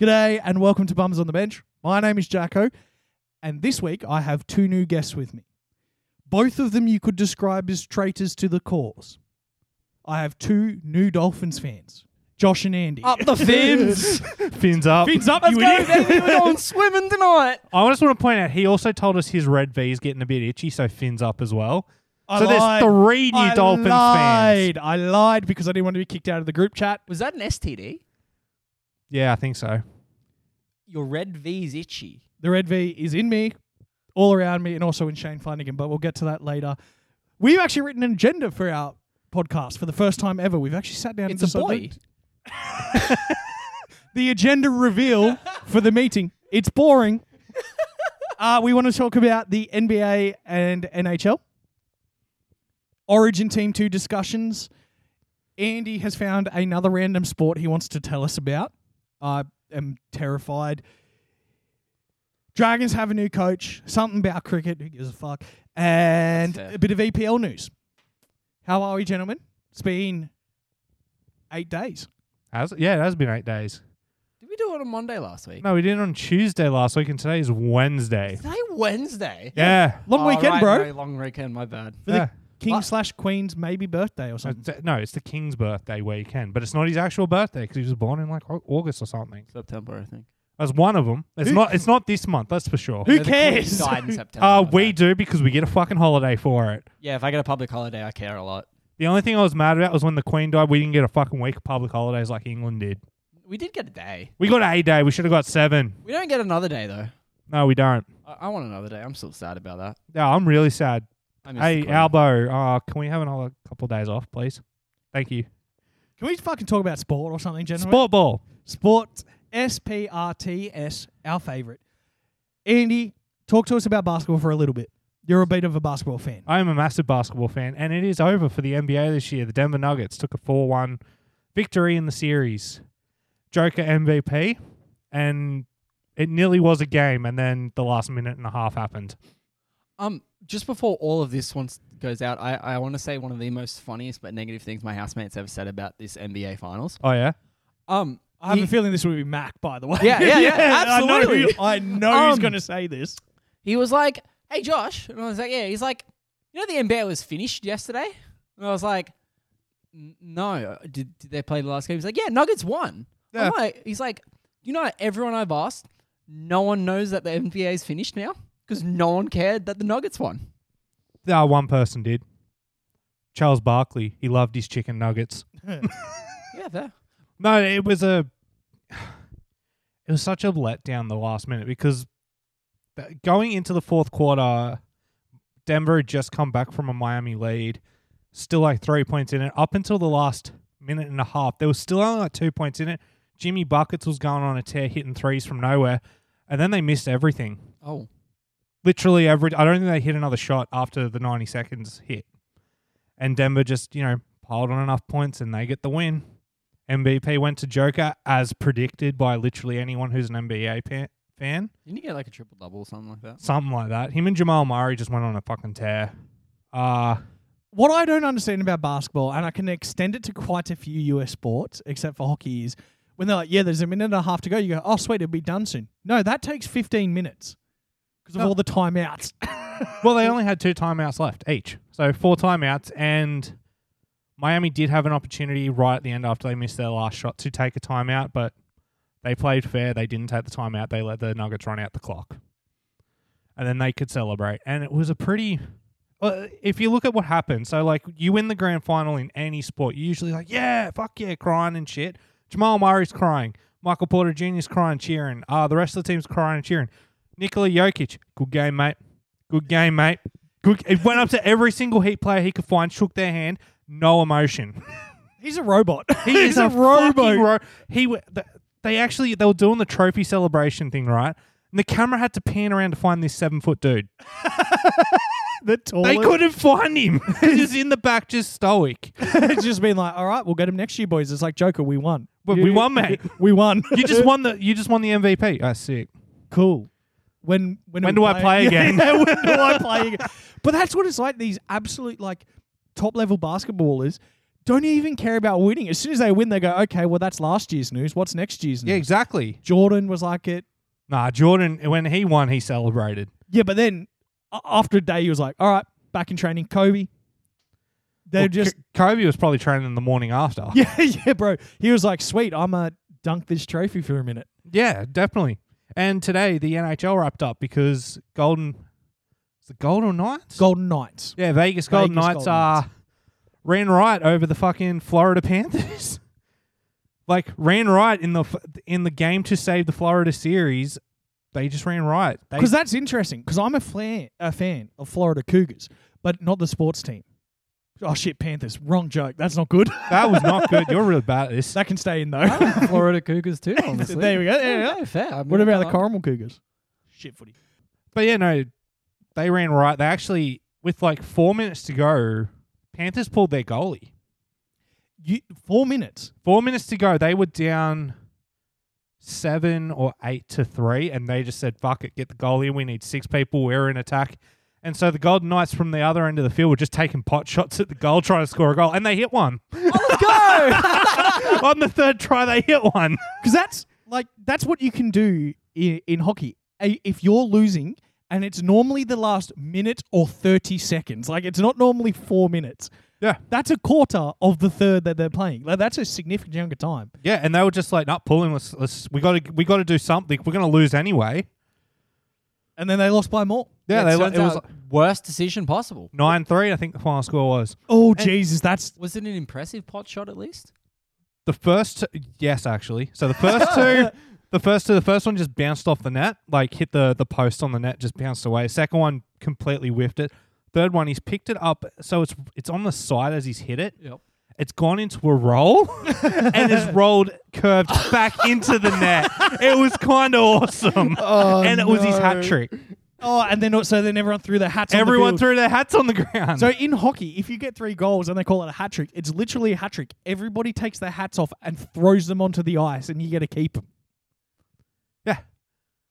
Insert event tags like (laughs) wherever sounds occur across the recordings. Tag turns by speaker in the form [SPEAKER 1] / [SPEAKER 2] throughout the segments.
[SPEAKER 1] G'day and welcome to Bums on the Bench. My name is Jacko, and this week I have two new guests with me. Both of them you could describe as traitors to the cause. I have two new Dolphins fans, Josh and Andy.
[SPEAKER 2] Up the fins.
[SPEAKER 3] (laughs) Fins up.
[SPEAKER 1] Fins up,
[SPEAKER 2] Let's
[SPEAKER 1] you
[SPEAKER 2] go,
[SPEAKER 1] idiot!
[SPEAKER 2] baby. We're going swimming tonight.
[SPEAKER 3] I just want to point out he also told us his red V is getting a bit itchy, so fins up as well.
[SPEAKER 1] (laughs) I
[SPEAKER 3] so
[SPEAKER 1] lied.
[SPEAKER 3] there's three new
[SPEAKER 1] I
[SPEAKER 3] Dolphins fans.
[SPEAKER 1] lied. I lied because I didn't want to be kicked out of the group chat.
[SPEAKER 2] Was that an STD?
[SPEAKER 3] Yeah, I think so.
[SPEAKER 2] Your red V's itchy.
[SPEAKER 1] The red V is in me, all around me, and also in Shane Flanagan, but we'll get to that later. We've actually written an agenda for our podcast for the first time ever. We've actually sat down
[SPEAKER 2] It's
[SPEAKER 1] and
[SPEAKER 2] a boy.
[SPEAKER 1] decided- The agenda reveal for the meeting. It's boring.
[SPEAKER 2] (laughs)
[SPEAKER 1] Uh, we want to talk about the NBA and NHL. Origin Team 2 discussions. Andy has found another random sport he wants to tell us about. I am terrified. Dragons have a new coach, something about cricket, who gives a fuck, and
[SPEAKER 2] Fair.
[SPEAKER 1] a bit of EPL news. How are we, gentlemen? It's been eight days.
[SPEAKER 3] Has, yeah, it has been eight days.
[SPEAKER 2] Did we do it on Monday last week?
[SPEAKER 3] No, we did it on Tuesday last week, and today is Wednesday.
[SPEAKER 2] Today Wednesday.
[SPEAKER 3] Yeah.
[SPEAKER 1] Long
[SPEAKER 2] Oh,
[SPEAKER 1] weekend,
[SPEAKER 2] right,
[SPEAKER 1] bro.
[SPEAKER 2] no, long weekend. My bad.
[SPEAKER 1] For the
[SPEAKER 3] Yeah.
[SPEAKER 1] King
[SPEAKER 2] What?
[SPEAKER 1] slash Queen's maybe birthday or something.
[SPEAKER 3] Uh, No, it's the king's birthday weekend, but it's not his actual birthday because he was born in like Au- August or something.
[SPEAKER 2] September, I think.
[SPEAKER 3] That's one of them. It's
[SPEAKER 1] Who-
[SPEAKER 3] not. It's not this month. That's for sure.
[SPEAKER 1] Who
[SPEAKER 2] No, the Queen
[SPEAKER 1] cares?
[SPEAKER 2] Died in September.
[SPEAKER 3] Uh,
[SPEAKER 2] my
[SPEAKER 3] we
[SPEAKER 2] bad.
[SPEAKER 3] do because we get a fucking holiday for it.
[SPEAKER 2] Yeah, if I get a public holiday, I care a lot.
[SPEAKER 3] The only thing I was mad about was when the Queen died. We didn't get a fucking week of public holidays like England did.
[SPEAKER 2] We did get a day.
[SPEAKER 3] We got a day. We should have got seven.
[SPEAKER 2] We don't get another day though.
[SPEAKER 3] No, we don't.
[SPEAKER 2] I, I want another day. I'm still sad about that.
[SPEAKER 3] No, I'm really sad.
[SPEAKER 2] I miss the
[SPEAKER 3] Hey,
[SPEAKER 2] Queen.
[SPEAKER 3] Albo, uh, can we have another couple days off, please? Thank you.
[SPEAKER 1] Can we fucking talk about sport or something, gentlemen?
[SPEAKER 3] Sport ball.
[SPEAKER 1] Sport, S P R T S, our favorite. Andy, talk to us about basketball for a little bit. You're a bit of a basketball fan.
[SPEAKER 3] I am a massive basketball fan, and it is over for the NBA this year. The Denver Nuggets took a 4 1 victory in the series. Joker MVP, and it nearly was a game, and then the last minute and a half happened.
[SPEAKER 2] Um, just before all of this once goes out, I, I want to say one of the most funniest but negative things my housemates ever said about this NBA Finals.
[SPEAKER 3] Oh, yeah?
[SPEAKER 2] Um,
[SPEAKER 1] I have
[SPEAKER 2] he-
[SPEAKER 1] a feeling this will be Mac, by the way.
[SPEAKER 2] Yeah, yeah,
[SPEAKER 1] (laughs)
[SPEAKER 2] yeah, absolutely.
[SPEAKER 1] I know, who- I know he's
[SPEAKER 2] Um,
[SPEAKER 1] going to say this.
[SPEAKER 2] he was like, "Hey, Josh," and I was like, "Yeah." He's like, "You know, the NBA was finished yesterday," and I was like, "N- "No, did, did they play the last game?" He's like, "Yeah, Nuggets won."
[SPEAKER 3] Yeah.
[SPEAKER 2] I'm like, he's like, "You know, everyone I've asked, no one knows that the NBA is finished now because no one cared that the Nuggets won."
[SPEAKER 3] Uh, one person did. Charles Barkley. He loved his chicken nuggets.
[SPEAKER 2] Yeah, fair.
[SPEAKER 3] No, it was a. (sighs) It was such a letdown the last minute because th- going into the fourth quarter, Denver had just come back from a Miami lead, still like three points in it. Up until the last minute and a half, there was still only like two points in it. Jimmy Buckets was going on a tear, hitting threes from nowhere, and then they missed everything.
[SPEAKER 2] Oh,
[SPEAKER 3] Literally every. I don't think they hit another shot after the ninety seconds hit, and Denver just you know piled on enough points and they get the win. MVP went to Joker as predicted by literally anyone who's an NBA pa- fan.
[SPEAKER 2] didn't you get like a triple double or something (laughs) like that?
[SPEAKER 3] Something like that. Him and Jamal Murray just went on a fucking tear. Uh,
[SPEAKER 1] What I don't understand about basketball, and I can extend it to quite a few US sports, except for hockey, is when they're like, yeah, there's a minute and a half to go, you go, oh, sweet, it'll be done soon. No, that takes 15 minutes because of
[SPEAKER 3] No.
[SPEAKER 1] all the timeouts.
[SPEAKER 3] well, they only had two timeouts left each. So four timeouts. And Miami did have an opportunity right at the end after they missed their last shot to take a timeout, but they played fair. They didn't take the timeout. They let the Nuggets run out the clock. And then they could celebrate. And it was a pretty. Well, Uh, if you look at what happened, so like you win the grand final in any sport, you're usually like, yeah, fuck yeah, crying and shit. Jamal Murray's crying. Michael Porter Jr.'s crying, cheering. Uh, the rest of the team's crying and cheering. Nikola Jokic, good game, mate. Good game, mate. Good. It went up to every single Heat player he could find, shook their hand, no emotion.
[SPEAKER 1] He's a (laughs) robot.
[SPEAKER 3] He is a, fucking ro- he w- th- they actually they were doing the trophy celebration thing, right? And the camera had to pan around to find this seven foot dude.
[SPEAKER 1] the tallest.
[SPEAKER 3] They couldn't find him. (laughs) He was in the back, just stoic. (laughs)
[SPEAKER 1] It's just been like, all right, we'll get him next year, boys. It's like Joker, we won.
[SPEAKER 3] But
[SPEAKER 1] (laughs)
[SPEAKER 3] we won, mate.
[SPEAKER 1] We won.
[SPEAKER 3] You (laughs) just won the you just won the MVP. That's Ah, sick.
[SPEAKER 1] (laughs) cool. When when,
[SPEAKER 3] When
[SPEAKER 1] we
[SPEAKER 3] do I play
[SPEAKER 1] (laughs)
[SPEAKER 3] again?
[SPEAKER 1] Yeah, when do I play again? But that's what it's like. These absolute like top level basketballers don't even care about winning. As soon as they win, they go, okay, well, that's last year's news. What's next year's news?
[SPEAKER 3] Yeah, exactly.
[SPEAKER 1] Jordan was like it.
[SPEAKER 3] Nah, Jordan, when he won, he celebrated.
[SPEAKER 1] Yeah, but then a- after a day, he was like, all right, back in training. Kobe. They're
[SPEAKER 3] Well,
[SPEAKER 1] just,
[SPEAKER 3] K- Kobe was probably training the morning after.
[SPEAKER 1] (laughs) yeah, yeah, bro. He was like, sweet, I'm going to dunk this trophy for a minute.
[SPEAKER 3] Yeah, definitely. And today the NHL wrapped up because Golden, is it Golden Knights?
[SPEAKER 1] Golden Knights.
[SPEAKER 3] yeah, Vegas Golden
[SPEAKER 1] Vegas
[SPEAKER 3] Knights
[SPEAKER 1] Golden
[SPEAKER 3] are
[SPEAKER 1] Knights.
[SPEAKER 3] ran right over the fucking Florida (laughs) Panthers. like ran right in the f- in the game to save the Florida series. They just ran right. They,
[SPEAKER 1] Because that's interesting. Because I'm a fan, a fan of Florida Cougars, but not the sports team. Oh shit, Panthers. Wrong joke. That's not good. (laughs)
[SPEAKER 3] that was not good. You're really bad at this.
[SPEAKER 1] that can stay in
[SPEAKER 2] (laughs)
[SPEAKER 1] though. (laughs)
[SPEAKER 2] Oh, Florida Cougars too, honestly.
[SPEAKER 1] there we go. There we go.
[SPEAKER 2] fair. I mean, uh,
[SPEAKER 1] What about the
[SPEAKER 2] I-
[SPEAKER 1] Carmel Cougars? Shit footy.
[SPEAKER 3] But yeah, no, they ran right. They actually, with like four minutes to go, Panthers pulled their goalie.
[SPEAKER 1] You, four minutes.
[SPEAKER 3] Four minutes to go, they were down seven or eight to three, and they just said, "Fuck it, get the goalie. We need six people. We're in attack." And so the Golden Knights from the other end of the field were just taking pot shots at the goal, trying to score a goal, and they hit one. (laughs) On the third try, they hit one.
[SPEAKER 1] Because that's like that's what you can do in, in hockey. A- If you're losing, and it's normally the last minute or thirty seconds. Like it's not normally four minutes.
[SPEAKER 3] Yeah,
[SPEAKER 1] That's a quarter of the third that they're playing. Like that's a significant chunk of time.
[SPEAKER 3] yeah, and they were just like, "Not pulling. Let's, let's we got to, we got to do something. We're going to lose anyway."
[SPEAKER 1] And then they lost by more.
[SPEAKER 3] Yeah, they
[SPEAKER 2] it,
[SPEAKER 3] lo-
[SPEAKER 2] turns
[SPEAKER 3] it was
[SPEAKER 2] out worst decision possible.
[SPEAKER 3] nine three. I think the final score was
[SPEAKER 1] Oh Jesus, that's
[SPEAKER 2] Was it an impressive pot shot at least?
[SPEAKER 3] the first. T- yes, actually. So the first
[SPEAKER 2] (laughs)
[SPEAKER 3] two, the first two, the first one just bounced off the net, like hit the the post on the net, just bounced away. Second one completely whiffed it. Third one, he's picked it up, so it's it's on the side as he's hit it.
[SPEAKER 2] Yep.
[SPEAKER 3] It's gone into a roll (laughs) and it's rolled curved back into the net. It was kind of
[SPEAKER 2] (laughs)
[SPEAKER 3] awesome,
[SPEAKER 2] Oh,
[SPEAKER 3] and it was his hat trick.
[SPEAKER 1] oh, and then so then everyone threw their hats. on
[SPEAKER 3] Everyone
[SPEAKER 1] the field.
[SPEAKER 3] threw their hats on the ground. (laughs)
[SPEAKER 1] So in hockey, if you get three goals and they call it a hat trick, it's literally a hat trick. Everybody takes their hats off and throws them onto the ice, and you get to keep them.
[SPEAKER 3] yeah,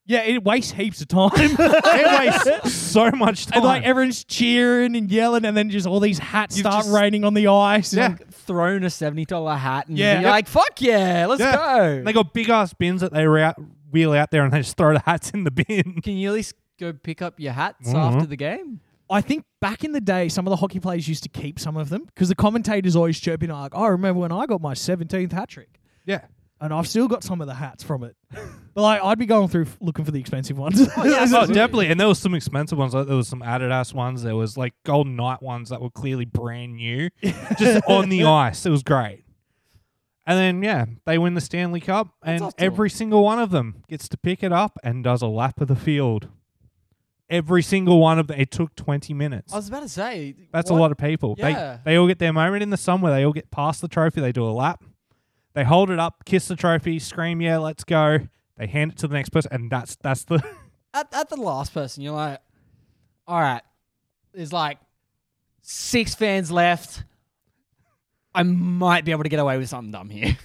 [SPEAKER 1] Yeah, it wastes heaps of time. (laughs)
[SPEAKER 3] it wastes so much time.
[SPEAKER 1] and like everyone's cheering and yelling, and then just all these hats
[SPEAKER 3] You've
[SPEAKER 1] start
[SPEAKER 3] just-
[SPEAKER 1] raining on the ice.
[SPEAKER 3] Yeah.
[SPEAKER 1] And
[SPEAKER 2] Thrown a seventy dollar hat and
[SPEAKER 1] Yeah.
[SPEAKER 2] yeah, like fuck yeah, let's
[SPEAKER 3] Yeah.
[SPEAKER 2] go.
[SPEAKER 3] And they got big ass bins that they re- wheel out there and they just throw the hats in the bin.
[SPEAKER 2] Can you at least go pick up your hats
[SPEAKER 3] Mhm.
[SPEAKER 2] after the game?
[SPEAKER 1] I think back in the day, some of the hockey players used to keep some of them because the commentators always chirping like, "I remember when I got my seventeenth hat trick."
[SPEAKER 3] Yeah.
[SPEAKER 1] and I've still got some of the hats from it. (laughs) but like, I'd be going through f- looking for the expensive ones. (laughs)
[SPEAKER 2] yeah,
[SPEAKER 3] Oh,
[SPEAKER 2] Absolutely.
[SPEAKER 3] definitely. And there was some expensive ones. Like there was some Adidas ones. There was like Golden Knight ones that were clearly brand new, just on the ice. It was great. And then yeah, they win the Stanley Cup, and
[SPEAKER 2] awesome.
[SPEAKER 3] every single one of them gets to pick it up and does a lap of the field. Every single one of them. It took twenty minutes.
[SPEAKER 2] I was about to say
[SPEAKER 3] That's
[SPEAKER 2] what-
[SPEAKER 3] a lot of people.
[SPEAKER 2] Yeah.
[SPEAKER 3] They they all get their moment in the sun where they all get past the trophy. They do a lap. They hold it up, kiss the trophy, scream, "Yeah, let's go!" They hand it to the next person, and that's that's the (laughs)
[SPEAKER 2] at, at the last person, you're like, all right, there's like six fans left. I might be able to get away with something dumb here.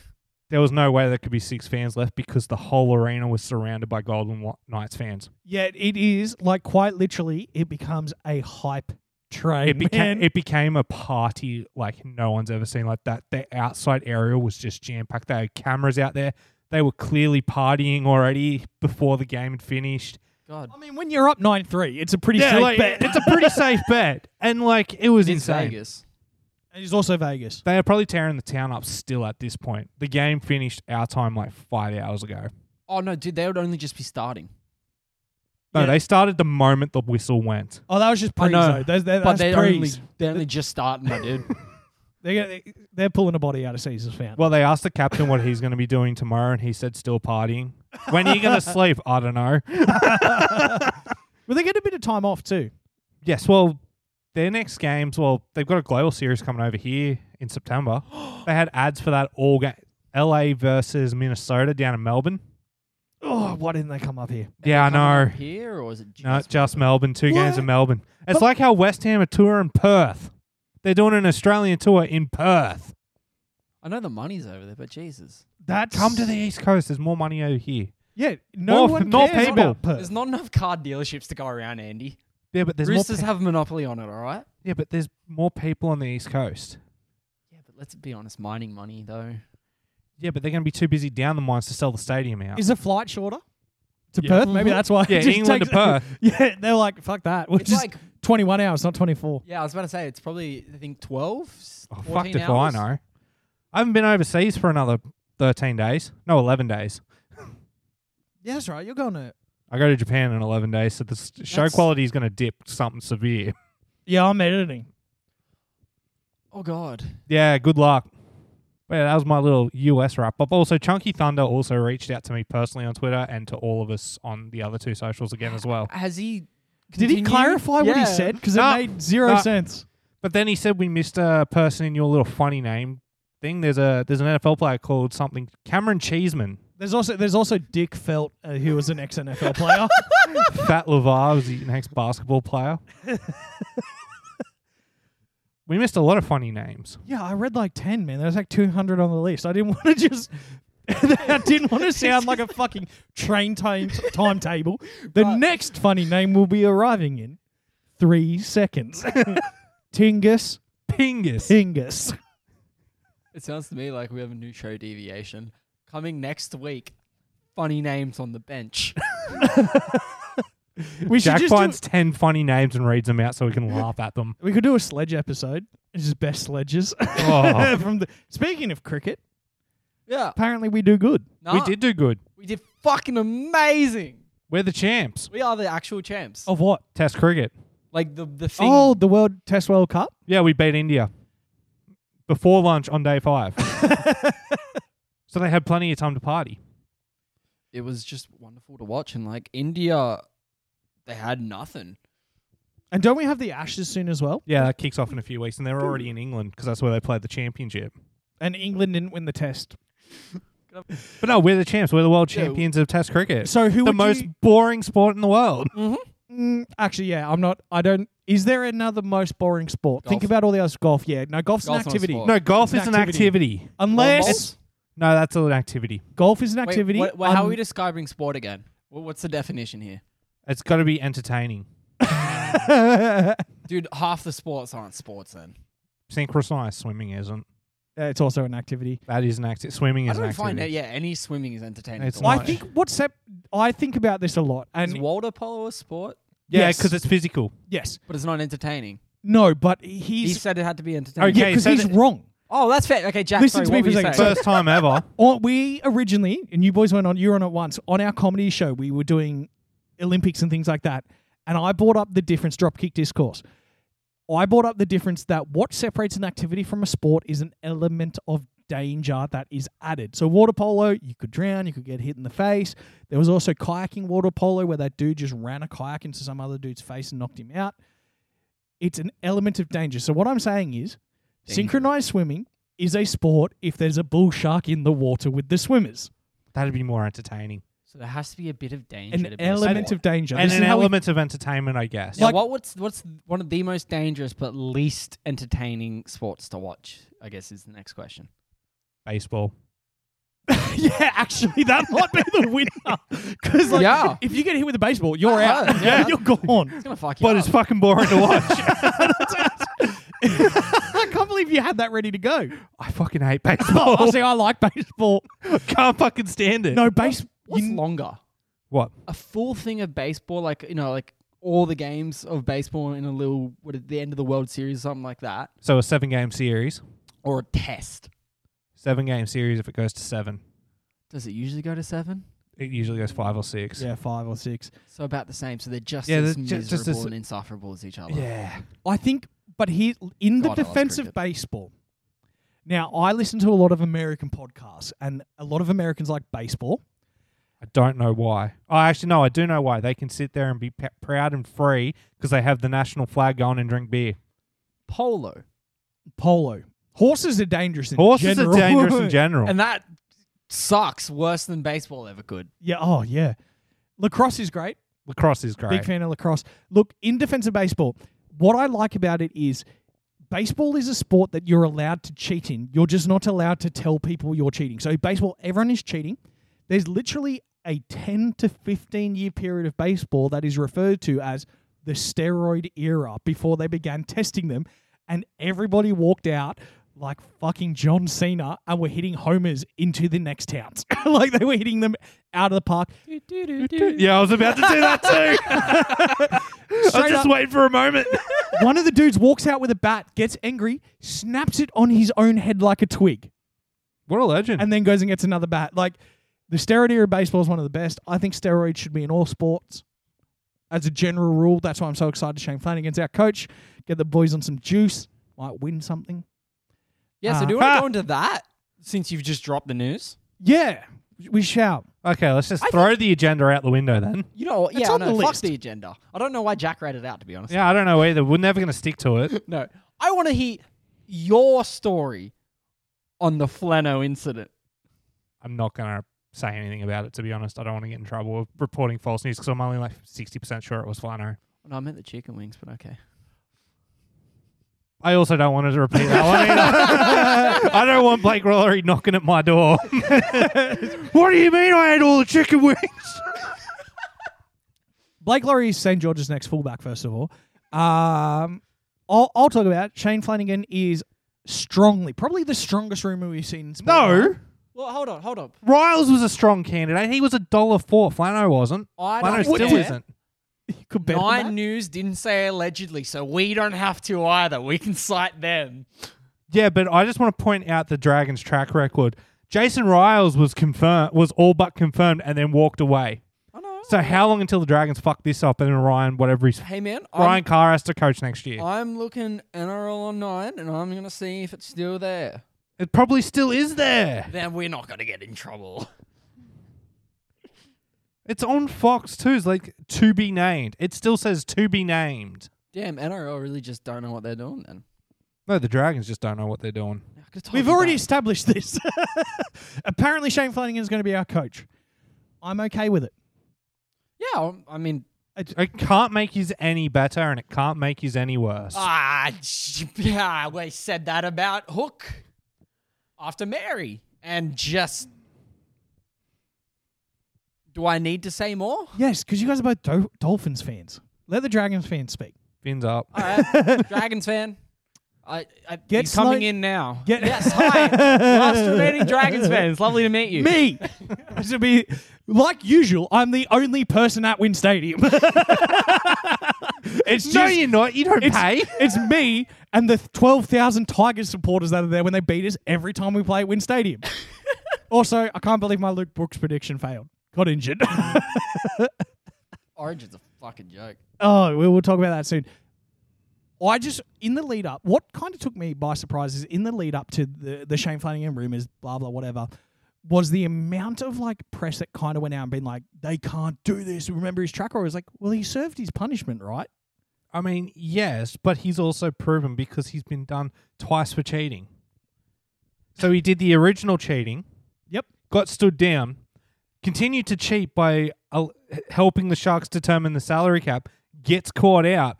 [SPEAKER 3] there was no way there could be six fans left because the whole arena was surrounded by Golden Wa- Knights fans.
[SPEAKER 1] Yet it is like quite literally, it becomes a hype train.
[SPEAKER 3] It became
[SPEAKER 1] man.
[SPEAKER 3] it became a party like no one's ever seen like that. The outside area was just jam packed. They had cameras out there. They were clearly partying already before the game had finished.
[SPEAKER 2] (laughs) (laughs) God,
[SPEAKER 1] I mean, when you're up nine three, it's a pretty
[SPEAKER 3] Yeah,
[SPEAKER 1] safe
[SPEAKER 3] like,
[SPEAKER 1] bet.
[SPEAKER 3] it's a pretty safe bet, and like it was
[SPEAKER 2] it's
[SPEAKER 3] insane.
[SPEAKER 2] Vegas.
[SPEAKER 1] And (laughs) it's also Vegas.
[SPEAKER 3] They are probably tearing the town up still at this point. The game finished our time like five hours ago.
[SPEAKER 2] Oh no, dude, they would only just be starting.
[SPEAKER 3] No,
[SPEAKER 1] Yeah.
[SPEAKER 3] they started the moment the whistle went.
[SPEAKER 1] Oh, that was just pre
[SPEAKER 2] know.
[SPEAKER 1] though. That's, that,
[SPEAKER 2] But
[SPEAKER 1] that's
[SPEAKER 2] they only
[SPEAKER 1] pre's.
[SPEAKER 2] they only just starting, my (laughs) dude.
[SPEAKER 1] They're, gonna- they're pulling a body out of Caesar's Fountain. (laughs)
[SPEAKER 3] Well, they asked the captain what he's going to be doing tomorrow, and he said still partying. When are
[SPEAKER 1] (laughs)
[SPEAKER 3] you going to sleep? I don't know.
[SPEAKER 1] Well, they get a bit of time off too.
[SPEAKER 3] Yes, well, their next games, well, they've got a global series coming over here
[SPEAKER 1] (gasps)
[SPEAKER 3] in September. they had ads for that all game. LA versus Minnesota down in Melbourne.
[SPEAKER 1] Oh, why didn't they come up here?
[SPEAKER 3] Yeah, I know.
[SPEAKER 2] Here or is it?
[SPEAKER 3] No,
[SPEAKER 2] Just
[SPEAKER 3] just Melbourne. Two games
[SPEAKER 1] What?
[SPEAKER 3] in Melbourne. It's like how West Ham are touring Perth. They're doing an Australian tour in Perth.
[SPEAKER 2] I know the money's over there, but Jesus,
[SPEAKER 1] That's
[SPEAKER 3] Come to the East Coast. There's more money over here.
[SPEAKER 1] yeah. No
[SPEAKER 3] More-
[SPEAKER 1] one
[SPEAKER 3] more
[SPEAKER 1] cares
[SPEAKER 3] people.
[SPEAKER 1] about Perth.
[SPEAKER 2] there's not enough car dealerships to go around, Andy.
[SPEAKER 3] Yeah, but there's more.
[SPEAKER 2] Roosters
[SPEAKER 3] pe-
[SPEAKER 2] have a monopoly on it. All right.
[SPEAKER 3] yeah, but there's more people on the East Coast.
[SPEAKER 2] Yeah, but let's be honest, mining money though.
[SPEAKER 3] Yeah, but they're going to be too busy down the mines to sell the stadium out.
[SPEAKER 1] Is the flight shorter to
[SPEAKER 3] Yeah.
[SPEAKER 1] Perth? Maybe that's why. (laughs) it
[SPEAKER 3] yeah,
[SPEAKER 1] just
[SPEAKER 3] England to
[SPEAKER 1] takes-
[SPEAKER 3] Perth.
[SPEAKER 1] Yeah, they're like, fuck that. We're
[SPEAKER 2] It's
[SPEAKER 1] just
[SPEAKER 2] like
[SPEAKER 1] 21 hours, not 24.
[SPEAKER 2] yeah, I was about to say it's probably I think twelve. s-
[SPEAKER 3] Oh,
[SPEAKER 2] 14
[SPEAKER 3] fucked if I
[SPEAKER 2] hours.
[SPEAKER 3] know. I haven't been overseas for another 13 days. No, 11 days.
[SPEAKER 1] Yeah, that's right. You're going to.
[SPEAKER 3] I go to Japan in 11 days, so the s- show
[SPEAKER 2] That's-
[SPEAKER 3] quality is going to dip something severe.
[SPEAKER 1] Yeah, I'm editing.
[SPEAKER 2] Oh god.
[SPEAKER 3] Yeah, good luck. But yeah, that was my little US wrap up. Also, Chunky Thunder also reached out to me personally on Twitter and to all of us on the other two socials again as well.
[SPEAKER 2] Has he?
[SPEAKER 1] Did he
[SPEAKER 2] continued?
[SPEAKER 1] clarify what he
[SPEAKER 2] Yeah.
[SPEAKER 1] said? Because
[SPEAKER 3] No.
[SPEAKER 1] it made zero
[SPEAKER 3] No.
[SPEAKER 1] sense.
[SPEAKER 3] But then he said we missed a person in your little funny name thing. There's a there's an NFL player called something Cameron Cheeseman.
[SPEAKER 1] There's also there's also Dick Felt, uh, who was an ex NFL
[SPEAKER 3] (laughs)
[SPEAKER 1] player.
[SPEAKER 3] Fat Lavar was the next basketball player. we missed a lot of funny names.
[SPEAKER 1] yeah, I read like ten. Man, there's like 200 on the list. I didn't (laughs) want to just. I didn't want to sound like a fucking train
[SPEAKER 3] (laughs)
[SPEAKER 1] time timetable. The
[SPEAKER 2] Right.
[SPEAKER 1] next funny name will be arriving in three
[SPEAKER 3] (laughs)
[SPEAKER 1] seconds. Tingus,
[SPEAKER 3] Pingus.
[SPEAKER 1] Tingus.
[SPEAKER 2] It sounds to me like we have a new show deviation coming next week. Funny names on the bench.
[SPEAKER 1] We should
[SPEAKER 3] Jack
[SPEAKER 1] just do-
[SPEAKER 3] finds ten funny names and reads them out so we can laugh
[SPEAKER 1] (laughs)
[SPEAKER 3] at them.
[SPEAKER 1] we could do a sledge episode. It's just best sledges.
[SPEAKER 3] (laughs) Oh.
[SPEAKER 1] (laughs) From the speaking of cricket,
[SPEAKER 2] yeah.
[SPEAKER 1] apparently we do good.
[SPEAKER 2] Nah,
[SPEAKER 3] We did do good.
[SPEAKER 2] We did fucking amazing.
[SPEAKER 3] We're the champs.
[SPEAKER 2] We are the actual champs.
[SPEAKER 1] Of what?
[SPEAKER 3] Test cricket.
[SPEAKER 2] Like the the thing.
[SPEAKER 1] Oh, the World Test World Cup.
[SPEAKER 3] Yeah, we beat India before lunch on day five.
[SPEAKER 1] (laughs)
[SPEAKER 3] so they had plenty of time to party.
[SPEAKER 2] It was just wonderful to watch. And like India, they had nothing.
[SPEAKER 1] And don't we have the Ashes soon as well?
[SPEAKER 3] Yeah, that kicks off in a few weeks, and they're already in England because that's where they played the championship.
[SPEAKER 1] And England didn't win the Test.
[SPEAKER 3] But no, we're the champs. We're the world
[SPEAKER 2] Yeah.
[SPEAKER 3] champions of Test cricket.
[SPEAKER 1] So who
[SPEAKER 3] the
[SPEAKER 1] would
[SPEAKER 3] most
[SPEAKER 1] you-
[SPEAKER 3] boring sport in the world.
[SPEAKER 1] Mm, actually, yeah, I'm not. I don't. Is there another most boring sport? Think
[SPEAKER 2] Golf.
[SPEAKER 1] about all the others. Golf, yeah. No, golf's
[SPEAKER 2] Golf's
[SPEAKER 1] an
[SPEAKER 2] not a
[SPEAKER 1] activity.
[SPEAKER 2] sport.
[SPEAKER 3] No, golf
[SPEAKER 1] It's
[SPEAKER 3] is
[SPEAKER 1] an
[SPEAKER 3] an activity.
[SPEAKER 1] Unless
[SPEAKER 3] No, that's an activity.
[SPEAKER 1] golf is an
[SPEAKER 2] Wait,
[SPEAKER 1] activity.
[SPEAKER 2] what- what- how are
[SPEAKER 1] un-
[SPEAKER 2] we describing sport again? Wha- What's the definition here?
[SPEAKER 3] It's got to be entertaining.
[SPEAKER 1] (laughs)
[SPEAKER 2] Dude, half the sports aren't sports then.
[SPEAKER 3] Synchronized swimming isn't.
[SPEAKER 1] Uh, it's also an activity.
[SPEAKER 3] That is an activity. Swimming
[SPEAKER 2] I
[SPEAKER 3] is an
[SPEAKER 2] don't find that,
[SPEAKER 3] activity.
[SPEAKER 2] yeah, any swimming is entertaining.
[SPEAKER 3] It's
[SPEAKER 2] to
[SPEAKER 1] I
[SPEAKER 3] not.
[SPEAKER 2] watch.
[SPEAKER 1] think what's sep- I think about this a lot,
[SPEAKER 2] Is
[SPEAKER 1] and
[SPEAKER 2] water polo a sport?
[SPEAKER 3] Yeah,
[SPEAKER 1] Yes.
[SPEAKER 3] because
[SPEAKER 1] (laughs)
[SPEAKER 3] it's physical.
[SPEAKER 1] yes,
[SPEAKER 2] But it's not entertaining.
[SPEAKER 1] no, but
[SPEAKER 2] He
[SPEAKER 1] he's
[SPEAKER 2] said it had to be entertaining.
[SPEAKER 1] yeah,
[SPEAKER 3] Okay,
[SPEAKER 1] because
[SPEAKER 3] so
[SPEAKER 1] he's
[SPEAKER 3] that-
[SPEAKER 1] wrong.
[SPEAKER 2] Oh, that's fair. Okay, Jack.
[SPEAKER 1] Listen
[SPEAKER 2] sorry,
[SPEAKER 1] to me for a
[SPEAKER 2] what were you
[SPEAKER 1] second.
[SPEAKER 2] saying?
[SPEAKER 3] First time ever.
[SPEAKER 1] Or we originally, and you boys went on, you were on it once, on our comedy show, we were doing Olympics and things like that. And I brought up the difference, dropkick discourse. I brought up the difference that what separates an activity from a sport is an element of danger that is added. So, water polo, you could drown, you could get hit in the face. There was also kayaking water polo, where that dude just ran a kayak into some other dude's face and knocked him out. It's an element of danger. So, what I'm saying is,
[SPEAKER 2] Danger.
[SPEAKER 1] synchronized swimming is a sport if there's a bull shark in the water with the swimmers.
[SPEAKER 3] That'd be more entertaining.
[SPEAKER 2] So there has to be a bit of danger.
[SPEAKER 1] An
[SPEAKER 2] to be a
[SPEAKER 1] element
[SPEAKER 2] sport.
[SPEAKER 1] of danger.
[SPEAKER 3] and
[SPEAKER 1] This
[SPEAKER 3] an
[SPEAKER 1] is how we-
[SPEAKER 3] element of entertainment, I guess.
[SPEAKER 2] Now,
[SPEAKER 1] like-
[SPEAKER 2] what, what's what's one of the most dangerous but least entertaining sports to watch? I guess is the next question.
[SPEAKER 3] Baseball.
[SPEAKER 1] (laughs) yeah, actually, that might be the winner. Because like,
[SPEAKER 2] Yeah.
[SPEAKER 1] if you get hit with a baseball, you're out.
[SPEAKER 2] hurts, yeah.
[SPEAKER 1] (laughs) you're gone.
[SPEAKER 2] It's gonna fuck you
[SPEAKER 3] But
[SPEAKER 2] up.
[SPEAKER 3] it's fucking boring to
[SPEAKER 2] (laughs)
[SPEAKER 3] watch.
[SPEAKER 1] (laughs) I can't believe you had that ready to go.
[SPEAKER 2] Oh.
[SPEAKER 3] I
[SPEAKER 1] (laughs)
[SPEAKER 3] fucking hate baseball.
[SPEAKER 1] Oh, see, I like
[SPEAKER 2] (laughs)
[SPEAKER 1] baseball.
[SPEAKER 3] Can't fucking stand it.
[SPEAKER 1] No, base.
[SPEAKER 2] What's
[SPEAKER 1] you-
[SPEAKER 2] longer?
[SPEAKER 3] What?
[SPEAKER 2] A full thing of baseball, like you know, like all the games of baseball in a little what at the end of the World Series, something like that,
[SPEAKER 3] So a seven game series.
[SPEAKER 2] or a test.
[SPEAKER 3] Seven game series if it goes to seven.
[SPEAKER 2] Does it usually go to seven?
[SPEAKER 3] It usually goes five or six.
[SPEAKER 1] yeah, five or six.
[SPEAKER 2] So about the same. So they're just
[SPEAKER 3] Yeah,
[SPEAKER 2] as
[SPEAKER 3] they're ju-
[SPEAKER 2] miserable
[SPEAKER 3] just as-
[SPEAKER 2] and insufferable as each other.
[SPEAKER 3] Yeah.
[SPEAKER 1] I think, but here in the
[SPEAKER 2] God, I love
[SPEAKER 1] defense of
[SPEAKER 2] cricket.
[SPEAKER 1] baseball. Now, I listen to a lot of American podcasts, and a lot of Americans like baseball.
[SPEAKER 3] I don't know why. Oh, actually, no, I do know why. They can sit there and be p- proud and free because they have the national flag going and drink beer.
[SPEAKER 2] Polo,
[SPEAKER 1] Polo, horses are dangerous. In
[SPEAKER 3] Horses
[SPEAKER 1] general.
[SPEAKER 3] are
[SPEAKER 1] (laughs)
[SPEAKER 3] dangerous in general.
[SPEAKER 2] and that sucks worse than baseball ever could.
[SPEAKER 1] Yeah. Oh, yeah. Lacrosse is great.
[SPEAKER 3] Lacrosse is great.
[SPEAKER 1] Big fan of lacrosse. Look, in defense of baseball, what I like about it is baseball is a sport that you're allowed to cheat in. You're just not allowed to tell people you're cheating. So, baseball, everyone is cheating. There's literally a 10 to 15 year period of baseball that is referred to as the steroid era before they began testing them. And everybody walked out like fucking John Cena and were hitting homers into the next towns. (coughs) like they were hitting them out of the park.
[SPEAKER 3] Yeah, I was about to do
[SPEAKER 1] (laughs)
[SPEAKER 3] that too. (laughs) I was
[SPEAKER 1] Straight
[SPEAKER 3] just
[SPEAKER 1] up,
[SPEAKER 3] waiting for
[SPEAKER 1] (laughs)
[SPEAKER 3] a moment.
[SPEAKER 1] one of the dudes walks out with a bat, gets angry, snaps it on his own head like a twig,
[SPEAKER 3] what a legend.
[SPEAKER 1] and then goes and gets another bat. Like the steroid era baseball is one of the best. I think steroids should be in all sports. As a general rule, that's why I'm so excited. Shane Flanagan's our coach. Get the boys on some juice. Might win something.
[SPEAKER 2] Yeah, so
[SPEAKER 3] Uh-huh.
[SPEAKER 2] do you
[SPEAKER 1] Uh,
[SPEAKER 2] want to
[SPEAKER 3] (laughs)
[SPEAKER 2] go into that since you've just dropped the news?
[SPEAKER 1] Yeah, we shout.
[SPEAKER 3] okay, let's just throw the agenda out the window then.
[SPEAKER 2] You know, what? yeah,
[SPEAKER 1] It's
[SPEAKER 2] I
[SPEAKER 1] on the
[SPEAKER 2] know, fuck
[SPEAKER 1] list.
[SPEAKER 2] the agenda. I don't know why Jack read it out, to be honest.
[SPEAKER 3] Yeah, I don't know either. We're never going to stick to it.
[SPEAKER 2] No, I want to hear your story on the Flano incident.
[SPEAKER 3] I'm not going to say anything about it, to be honest. I don't want to get in trouble with reporting false news because I'm only like 60% sure it was Flano.
[SPEAKER 2] No, I meant the chicken wings, but okay.
[SPEAKER 3] I also don't want to repeat that one
[SPEAKER 2] (laughs)
[SPEAKER 3] either. I don't want Blake Rollery knocking at my door. (laughs) what do you mean I ate all the chicken wings?
[SPEAKER 1] Blake Laurie is St. George's next fullback, first of all. Um, I'll, I'll talk about it. Shane Flanagan is strongly, probably the strongest rumor we've seen. In sport.
[SPEAKER 3] No.
[SPEAKER 2] Well, hold on, hold on.
[SPEAKER 3] Riles was a strong candidate. He was a dollar four. Flano wasn't.
[SPEAKER 2] I
[SPEAKER 3] Flano
[SPEAKER 2] don't
[SPEAKER 3] still
[SPEAKER 2] care.
[SPEAKER 3] isn't.
[SPEAKER 1] (laughs) You could bet on
[SPEAKER 2] Nine
[SPEAKER 1] that.
[SPEAKER 2] News didn't say allegedly, so we don't have to either. We can cite them.
[SPEAKER 3] Yeah, but I just want to point out the Dragons' track record. Jason Riles was confirmed, was all but confirmed, and then walked away.
[SPEAKER 2] I know.
[SPEAKER 3] So how long until the Dragons fuck this up and then Ryan, whatever he's
[SPEAKER 2] Hey, man,
[SPEAKER 3] Ryan Carr has to coach next year?
[SPEAKER 2] I'm, I'm looking NRL on nine, and I'm gonna see if it's still there.
[SPEAKER 3] it probably still is there.
[SPEAKER 2] Then we're not gonna get in trouble.
[SPEAKER 3] It's on Fox too. It's like to be named. It still says to be named.
[SPEAKER 2] Damn, NRL really just don't know what they're doing. Then
[SPEAKER 3] No, the Dragons just don't know what they're doing.
[SPEAKER 2] I could've told
[SPEAKER 1] We've
[SPEAKER 2] you
[SPEAKER 1] already
[SPEAKER 2] that.
[SPEAKER 1] established this. (laughs) Apparently, Shane Flanagan is going to be our coach. I'm okay with it.
[SPEAKER 2] Yeah, I'm- I mean,
[SPEAKER 3] It can't make his any better, and it can't make his any worse.
[SPEAKER 2] ah, (laughs) yeah, we said that about Hook after Mary, and just. Do I need to say more?
[SPEAKER 1] Yes, because you guys are both Dol- Dolphins fans. Let the Dragons fans
[SPEAKER 3] (laughs)
[SPEAKER 1] speak.
[SPEAKER 3] Fins up.
[SPEAKER 2] All
[SPEAKER 1] (laughs)
[SPEAKER 2] right, Dragons fan. I, I,
[SPEAKER 1] Get
[SPEAKER 2] he's coming
[SPEAKER 1] slow-
[SPEAKER 2] in now.
[SPEAKER 1] get- (laughs)
[SPEAKER 2] yes, hi. Last remaining Dragons fans. Lovely to meet
[SPEAKER 1] (laughs)
[SPEAKER 2] you.
[SPEAKER 1] Me! this will be, like usual, I'm the only person at Wynn Stadium. (laughs) it's just,
[SPEAKER 3] no, you're not. You don't
[SPEAKER 1] It's,
[SPEAKER 3] pay.
[SPEAKER 1] (laughs) it's me and the 12,000 Tigers supporters that are there when they beat us every time we play at Wynn
[SPEAKER 3] (laughs)
[SPEAKER 1] Stadium. also, I can't believe my Luke Brooks prediction failed. Got injured. (laughs)
[SPEAKER 2] Orange is a fucking joke.
[SPEAKER 1] oh, we will talk about that soon. I just, in the lead up, what kind of took me by surprise is in the lead up to the, the Shane Flanagan rumors, blah, blah, whatever, was the amount of like press that kind of went out and been like, they can't do this. Remember his track record? I was like, well, he served his punishment, right?
[SPEAKER 3] I mean, yes, but he's also proven because he's been done twice for cheating. So he did the original cheating.
[SPEAKER 1] Yep.
[SPEAKER 3] Got stood down. Continued to cheat by uh, helping the Sharks determine the salary cap. Gets caught out.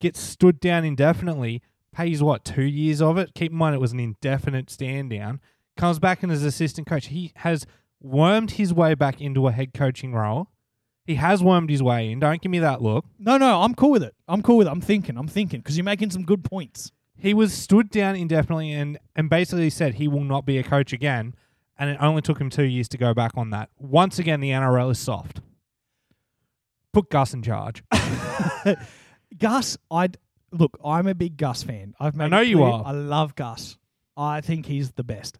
[SPEAKER 3] Gets stood down indefinitely. Pays what two years of it. Keep in mind it was an indefinite stand down. Comes back in as assistant coach. He has wormed his way back into a head coaching role. He has wormed his way in. Don't give me that look.
[SPEAKER 1] No, no, I'm cool with it. I'm cool with it. I'm thinking. I'm thinking because you're making some good points.
[SPEAKER 3] he was stood down indefinitely and, and basically said he will not be a coach again. And it only took him two years to go back on that. Once again, the NRL is soft. Put Gus in charge.
[SPEAKER 1] Gus, I look. I'm a big Gus fan. I've made.
[SPEAKER 3] I know
[SPEAKER 1] it
[SPEAKER 3] you
[SPEAKER 1] clear.
[SPEAKER 3] are.
[SPEAKER 1] I love Gus. I think he's the best.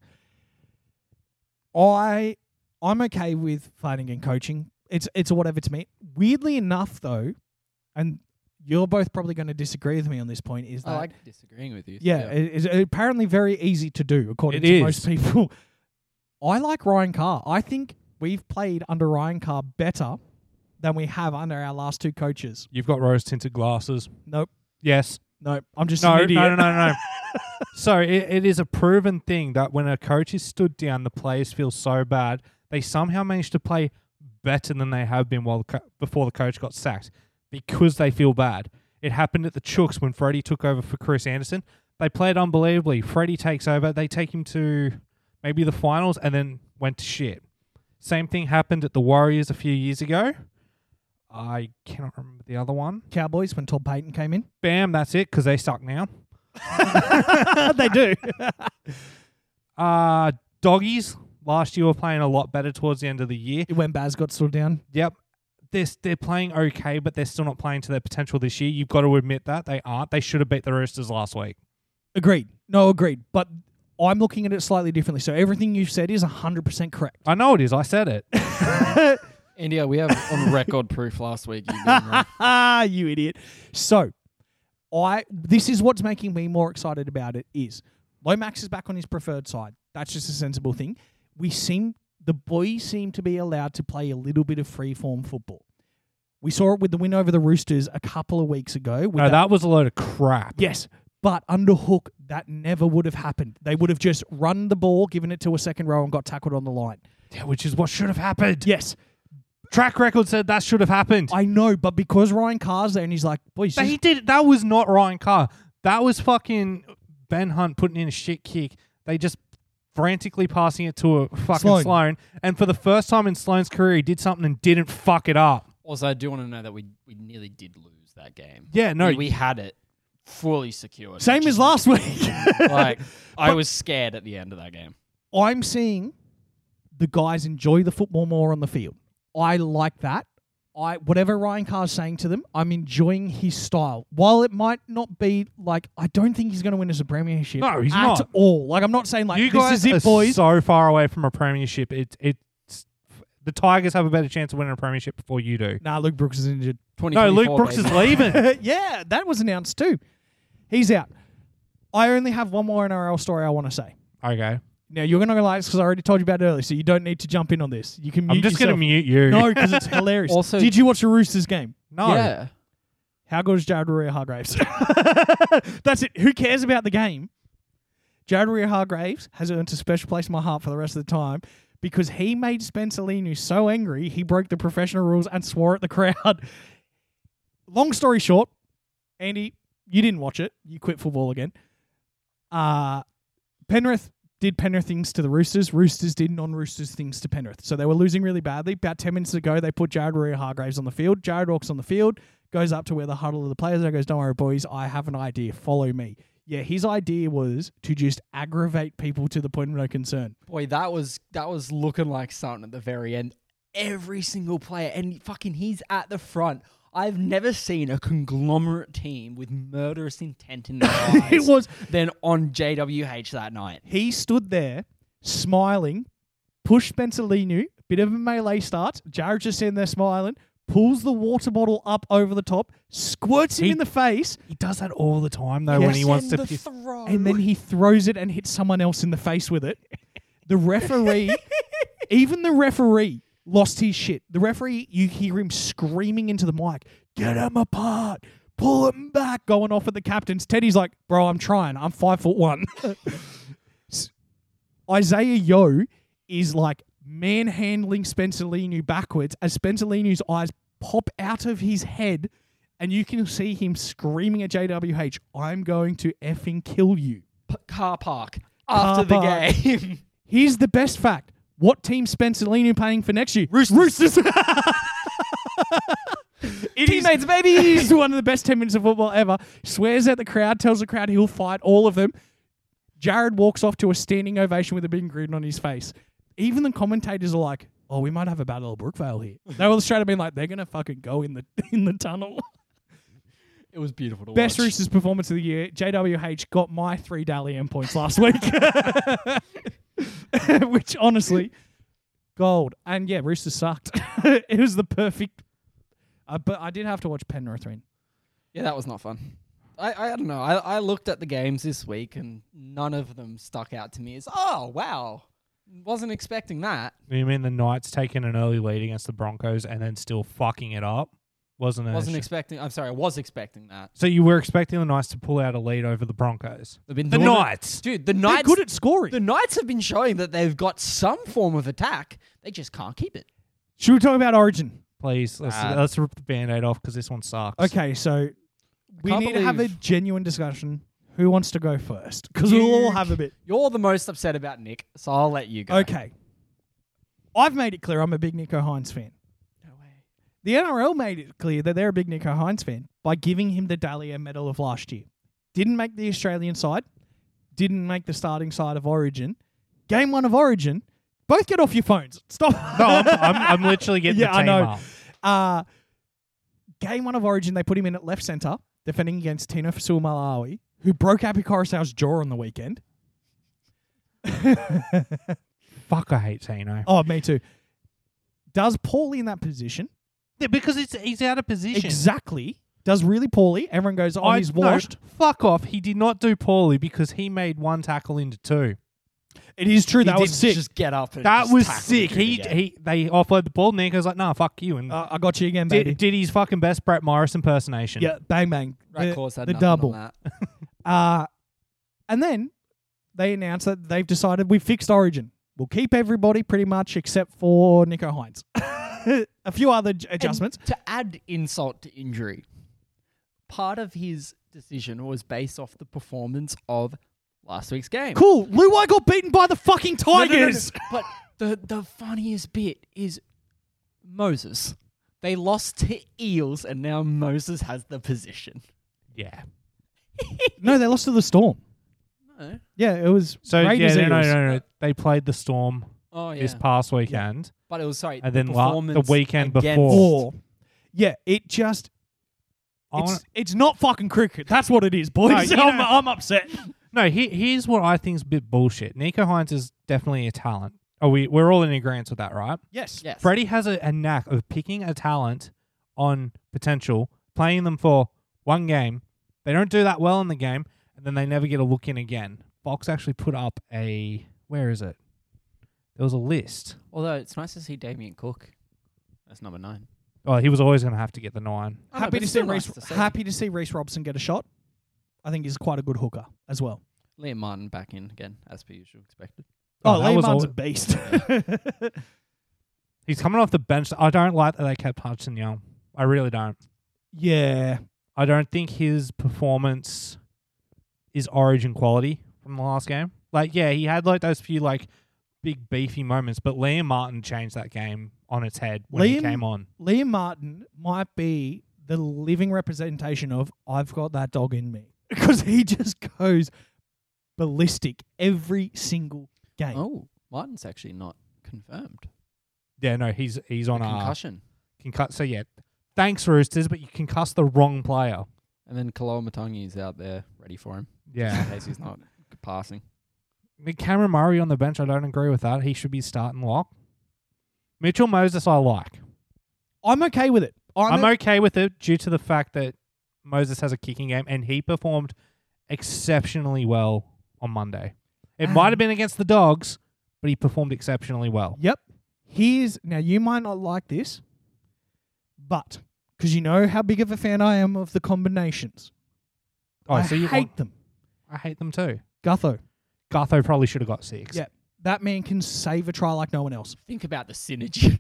[SPEAKER 1] I I'm okay with Flanagan coaching. It's it's whatever to me. Weirdly enough, though, and you're both probably going to disagree with me on this point. Is that
[SPEAKER 2] Oh, I like disagreeing with you.
[SPEAKER 1] Uh, yeah, It, it's apparently very easy to do according
[SPEAKER 3] It
[SPEAKER 1] to
[SPEAKER 3] is.
[SPEAKER 1] most people. (laughs) I like Ryan Carr. I think we've played under Ryan Carr better than we have under our last two coaches.
[SPEAKER 3] You've got rose tinted glasses.
[SPEAKER 1] Nope.
[SPEAKER 3] Yes.
[SPEAKER 1] Nope. I'm just
[SPEAKER 3] No,
[SPEAKER 1] an
[SPEAKER 3] no,
[SPEAKER 1] idiot.
[SPEAKER 3] no, no, no. so it, it is a proven thing that when a coach is stood down, the players feel so bad. They somehow manage to play better than they have been while the co- before the coach got sacked because they feel bad. It happened at the Chooks when Freddie took over for Chris Anderson. They played unbelievably. Freddie takes over. They take him to maybe the finals and then went to shit. Same thing happened at the Warriors a few years ago. I cannot remember the other one
[SPEAKER 1] Cowboys when Todd Payton came in.
[SPEAKER 3] bam, that's it, because they suck now.
[SPEAKER 1] they do.
[SPEAKER 3] Uh, doggies last year were playing a lot better towards the end of the year.
[SPEAKER 1] (laughs) when Baz got stood down.
[SPEAKER 3] Yep. They're, they're playing okay, but they're still not playing to their potential this year. You've got to admit that. They aren't. They should have beat the Roosters last week.
[SPEAKER 1] Agreed. No, agreed. But I'm looking at it slightly differently. So everything you've said is 100%
[SPEAKER 3] (laughs)
[SPEAKER 1] correct.
[SPEAKER 3] I know it is. I said it.
[SPEAKER 4] India, we have
[SPEAKER 1] (laughs)
[SPEAKER 4] on record proof last week. You being wrong.
[SPEAKER 1] Ah, you idiot. So, I this is what's making me more excited about it is Lomax is back on his preferred side. That's just a sensible thing. We seem the boys seem to be allowed to play a little bit of free form football. We saw it with the win over the Roosters a couple of weeks ago. with
[SPEAKER 3] no, that was a load of crap.
[SPEAKER 1] Yes, but under hook, that never would have happened. They would have just run the ball, given it to a second row, and got tackled on the line.
[SPEAKER 3] Yeah, which is what should have happened.
[SPEAKER 1] Yes,
[SPEAKER 3] Track record said that should have happened.
[SPEAKER 1] I know, but because Ryan Carr's there and he's like, boys,
[SPEAKER 3] But
[SPEAKER 1] this-
[SPEAKER 3] he did. That was not Ryan Carr. That was fucking Ben Hunt putting in a shit kick. They just frantically passing it to a fucking
[SPEAKER 1] Sloan.
[SPEAKER 3] Sloan. And for the first time in Sloan's career, he did something and didn't fuck it up.
[SPEAKER 4] also, I do want to know that we, we nearly did lose that game.
[SPEAKER 3] Yeah, no.
[SPEAKER 4] we, we had it fully secured.
[SPEAKER 1] same
[SPEAKER 4] which
[SPEAKER 1] as
[SPEAKER 4] is-
[SPEAKER 1] last
[SPEAKER 3] (laughs)
[SPEAKER 1] week. (laughs)
[SPEAKER 4] Like I was scared at the end of that game.
[SPEAKER 1] I'm seeing the guys enjoy the football more on the field. I like that. I whatever Ryan Carr's saying to them, I'm enjoying his style. While it might not be like I don't think he's going to win us a premiership.
[SPEAKER 3] No, he's
[SPEAKER 1] at
[SPEAKER 3] not.
[SPEAKER 1] all. Like I'm not saying like
[SPEAKER 3] you
[SPEAKER 1] this
[SPEAKER 3] guys
[SPEAKER 1] is it,
[SPEAKER 3] are
[SPEAKER 1] boys.
[SPEAKER 3] so far away from a premiership. It, it's the Tigers have a better chance of winning a premiership before you do.
[SPEAKER 1] nah, Luke Brooks is injured.
[SPEAKER 3] No, Luke Brooks
[SPEAKER 4] baby.
[SPEAKER 3] is leaving.
[SPEAKER 1] (laughs) yeah, that was announced too. He's out. I only have one more NRL story I want to say.
[SPEAKER 3] okay,
[SPEAKER 1] Now you're going to like this because I already told you about it earlier, so you don't need to jump in on this. You can. Mute
[SPEAKER 3] I'm just going to
[SPEAKER 1] yourself.
[SPEAKER 3] mute you.
[SPEAKER 1] No, because
[SPEAKER 3] (laughs)
[SPEAKER 1] it's hilarious.
[SPEAKER 2] Also-
[SPEAKER 1] did you watch the Roosters game?
[SPEAKER 3] no.
[SPEAKER 2] Yeah.
[SPEAKER 1] How good is Jared Warrior Hargraves? (laughs) That's it. Who cares about the game? Jared Warrior Hargraves has earned a special place in my heart for the rest of the time because he made Spencer Linu so angry he broke the professional rules and swore at the crowd. (laughs) Long story short, Andy, you didn't watch it. You quit football again. Uh, Penrith did Penrith things to the Roosters. Roosters did non Roosters things to Penrith. So they were losing really badly. About 10 minutes ago, they put Jared Warrior Hargraves on the field. Jared walks on the field, goes up to where the huddle of the players are, goes, Don't worry, boys, I have an idea. Follow me. Yeah, his idea was to just aggravate people to the point of no concern.
[SPEAKER 2] Boy, that was that was looking like something at the very end. Every single player, and fucking, he's at the front. I've never seen a conglomerate team with murderous intent in their eyes.
[SPEAKER 1] It was,
[SPEAKER 2] than on JWH that night.
[SPEAKER 1] he stood there smiling, pushed Spencer Linu, bit of a melee starts. Jared just in there smiling, pulls the water bottle up over the top, squirts him
[SPEAKER 3] He-
[SPEAKER 1] in the face,
[SPEAKER 3] He does that all the time though when
[SPEAKER 1] Yes.
[SPEAKER 3] he wants to.
[SPEAKER 2] the
[SPEAKER 3] piss-
[SPEAKER 2] throw.
[SPEAKER 1] and then he throws it and hits someone else in the face with it. The referee, even the referee, lost his shit. The referee, you hear him screaming into the mic, "Get him apart, pull him back," going off at the captains. Teddy's like, "Bro, I'm trying. I'm five foot one." (laughs) S- Isaiah Yo is like manhandling Spencer Linu backwards as Spencer Linu's eyes pop out of his head and you can see him screaming at JWH, I'm going to effing kill you.
[SPEAKER 2] P- car park after the
[SPEAKER 1] park.
[SPEAKER 2] game. (laughs)
[SPEAKER 1] Here's the best fact. What team Spencer Linu paying for next year?
[SPEAKER 2] Roosters.
[SPEAKER 1] (laughs) It is-
[SPEAKER 2] Teammates, baby.
[SPEAKER 1] He's one of the best 10 minutes of football ever. Swears at the crowd, tells the crowd he'll fight all of them. Jared walks off to a standing ovation with a big grin on his face. Even the commentators are like, oh, we might have a battle of Brookvale here. They were straight up being like, they're going to fucking go in the (laughs) in the tunnel.
[SPEAKER 4] It was beautiful to
[SPEAKER 1] Best
[SPEAKER 4] watch.
[SPEAKER 1] Roosters performance of the year. JWH got my three daily end points last week, (laughs) which honestly, gold. And yeah, Roosters sucked. (laughs) it was the perfect. Uh, but I did have to watch Penrith win.
[SPEAKER 2] yeah, that was not fun. I, I, don't know. I, I looked at the games this week and none of them stuck out to me as, oh, wow. Wasn't expecting that.
[SPEAKER 3] You mean the Knights taking an early lead against the Broncos and then still fucking it up? Wasn't it?
[SPEAKER 2] Wasn't expecting. I'm sorry. I was expecting that.
[SPEAKER 3] so you were expecting the Knights to pull out a lead over the Broncos?
[SPEAKER 2] They've been
[SPEAKER 3] The
[SPEAKER 2] doing it-
[SPEAKER 3] Knights.
[SPEAKER 2] Dude, the
[SPEAKER 1] They're
[SPEAKER 2] Knights.
[SPEAKER 1] good at scoring.
[SPEAKER 2] the Knights have been showing that they've got some form of attack. They just can't keep it.
[SPEAKER 1] Should we talk about Origin?
[SPEAKER 3] Please let's,
[SPEAKER 4] Uh,
[SPEAKER 3] let's rip the band-aid off because this one sucks.
[SPEAKER 1] Okay, so we
[SPEAKER 2] Can't
[SPEAKER 1] need to have a
[SPEAKER 2] believe-
[SPEAKER 1] genuine discussion. Who wants to go first? Because we'll all
[SPEAKER 2] You
[SPEAKER 1] have a bit.
[SPEAKER 2] You're the most upset about Nick, so I'll let you go.
[SPEAKER 1] Okay. I've made it clear I'm a big Nico Hines fan.
[SPEAKER 2] No way.
[SPEAKER 1] The NRL made it clear that they're a big Nico Hines fan by giving him the Dahlia Medal of last year. Didn't make the Australian side. Didn't make the starting side of Origin. Game one of Origin. Both get off your phones. Stop.
[SPEAKER 3] (laughs) No, I'm, I'm,
[SPEAKER 1] (laughs)
[SPEAKER 3] I'm literally (laughs) getting
[SPEAKER 1] Yeah,
[SPEAKER 3] the
[SPEAKER 1] I
[SPEAKER 3] team
[SPEAKER 1] know.
[SPEAKER 3] up.
[SPEAKER 1] Uh, game one of Origin, they put him in at left centre, defending against Tino Fasul Malawi, who broke Happy Coruscant's jaw on the weekend. (laughs)
[SPEAKER 3] Fuck, I hate Tino.
[SPEAKER 1] Oh, me too. Does poorly in that position.
[SPEAKER 3] Yeah, because it's he's out of position.
[SPEAKER 1] Exactly. Does really poorly. Everyone goes, oh,
[SPEAKER 3] I-
[SPEAKER 1] he's
[SPEAKER 3] no,
[SPEAKER 1] washed.
[SPEAKER 3] fuck off. He did not do poorly because he made one tackle into two.
[SPEAKER 1] It is true. That
[SPEAKER 2] He
[SPEAKER 1] was
[SPEAKER 2] didn't
[SPEAKER 1] sick.
[SPEAKER 2] Just get up. And
[SPEAKER 3] That
[SPEAKER 2] just
[SPEAKER 3] was
[SPEAKER 2] tackle the
[SPEAKER 3] sick.
[SPEAKER 2] dude
[SPEAKER 3] He
[SPEAKER 2] again.
[SPEAKER 3] he they offloaded the ball. Nick was like, "Nah, fuck you," and
[SPEAKER 1] Uh, I got you again, baby.
[SPEAKER 3] did, did his fucking best Brett Morris impersonation.
[SPEAKER 1] yeah, bang, bang.
[SPEAKER 2] Right,
[SPEAKER 1] The-
[SPEAKER 2] course, had
[SPEAKER 1] the
[SPEAKER 2] nothing on
[SPEAKER 1] double.
[SPEAKER 2] that.
[SPEAKER 1] Uh, and then they announced that they've decided we've fixed Origin. We'll keep everybody pretty much except for Nico Hines. (laughs) a few other j- (laughs) adjustments.
[SPEAKER 2] And to add insult to injury, part of his decision was based off the performance of last week's game.
[SPEAKER 1] cool. Luai got beaten by the fucking
[SPEAKER 2] No, no, no, no. (laughs)
[SPEAKER 1] Tigers.
[SPEAKER 2] But the the funniest bit is Moses. They lost to Eels, and now Moses has the position.
[SPEAKER 3] yeah.
[SPEAKER 1] No, they lost to the Storm.
[SPEAKER 2] No.
[SPEAKER 1] Yeah, it was
[SPEAKER 3] So
[SPEAKER 1] Raiders
[SPEAKER 3] yeah, no, no,
[SPEAKER 1] Eagles.
[SPEAKER 3] no, no. They played the Storm
[SPEAKER 2] Oh yeah.
[SPEAKER 3] this past weekend,
[SPEAKER 2] but it was sorry.
[SPEAKER 3] and
[SPEAKER 2] the
[SPEAKER 3] then la- the
[SPEAKER 2] performance
[SPEAKER 3] weekend
[SPEAKER 2] against-
[SPEAKER 3] before.
[SPEAKER 1] Or yeah, it just
[SPEAKER 3] I
[SPEAKER 1] it's,
[SPEAKER 3] wanna-
[SPEAKER 1] it's not fucking cricket. That's what it is, boys.
[SPEAKER 3] No, you
[SPEAKER 1] (laughs) I'm,
[SPEAKER 3] know-
[SPEAKER 1] I'm upset.
[SPEAKER 3] No, he, here's what I think's a bit bullshit. Nico Hines is definitely a talent. Are we? We're all in agreement with that, right?
[SPEAKER 1] Yes.
[SPEAKER 2] Yes.
[SPEAKER 3] Freddie has a, a knack of picking a talent on potential, playing them for one game. They don't do that well in the game, and then they never get a look in again. Fox actually put up a where is it? There was a list.
[SPEAKER 2] Although it's nice to see Damien Cook. That's number nine.
[SPEAKER 3] Oh, he was always going to have to get the nine.
[SPEAKER 2] I know, but
[SPEAKER 1] happy to
[SPEAKER 2] it's
[SPEAKER 1] see
[SPEAKER 2] still nice
[SPEAKER 1] Reese.
[SPEAKER 2] to see.
[SPEAKER 1] happy to see Reese Robson get a shot. I think he's quite a good hooker as well.
[SPEAKER 2] Liam Martin back in again, as per usual expected.
[SPEAKER 1] Oh,
[SPEAKER 3] that was
[SPEAKER 1] Liam Martin's
[SPEAKER 3] all-
[SPEAKER 1] a beast. (laughs)
[SPEAKER 3] He's coming off the bench. I don't like that they kept Hudson Young. I really don't.
[SPEAKER 1] yeah,
[SPEAKER 3] I don't think his performance is origin quality from the last game. Like, yeah, he had like those few like big beefy moments, but Liam Martin changed that game on its head when he
[SPEAKER 1] Liam-
[SPEAKER 3] came on.
[SPEAKER 1] Liam Martin might be the living representation of "I've got that dog in me" (laughs) because he just goes ballistic every single game.
[SPEAKER 2] Oh, Martin's actually not confirmed.
[SPEAKER 3] Yeah, no, he's he's on a
[SPEAKER 2] Concussion.
[SPEAKER 3] concuss. So yeah, thanks Roosters, but you concuss the wrong player.
[SPEAKER 2] And then Kaloa Matangi is out there ready for him in (laughs)
[SPEAKER 3] Yeah,
[SPEAKER 2] case he's not passing.
[SPEAKER 3] I mean, Cameron Murray on the bench. I don't agree with that. He should be starting lock. Mitchell Moses, I like.
[SPEAKER 1] I'm okay with it. I'm,
[SPEAKER 3] I'm okay with it due to the fact that Moses has a kicking game and he performed exceptionally well on Monday. It
[SPEAKER 1] Ah.
[SPEAKER 3] might have been against the Dogs, but he performed exceptionally well.
[SPEAKER 1] Yep. Here's now you might not like this, but because you know how big of a fan I am of the combinations,
[SPEAKER 3] Oh,
[SPEAKER 1] I
[SPEAKER 3] so you
[SPEAKER 1] hate
[SPEAKER 3] want-
[SPEAKER 1] them.
[SPEAKER 3] I hate them too.
[SPEAKER 1] Gutho,
[SPEAKER 3] Gartho probably should have got six.
[SPEAKER 1] Yeah. that man can save a try like no one else.
[SPEAKER 2] Think about the synergy.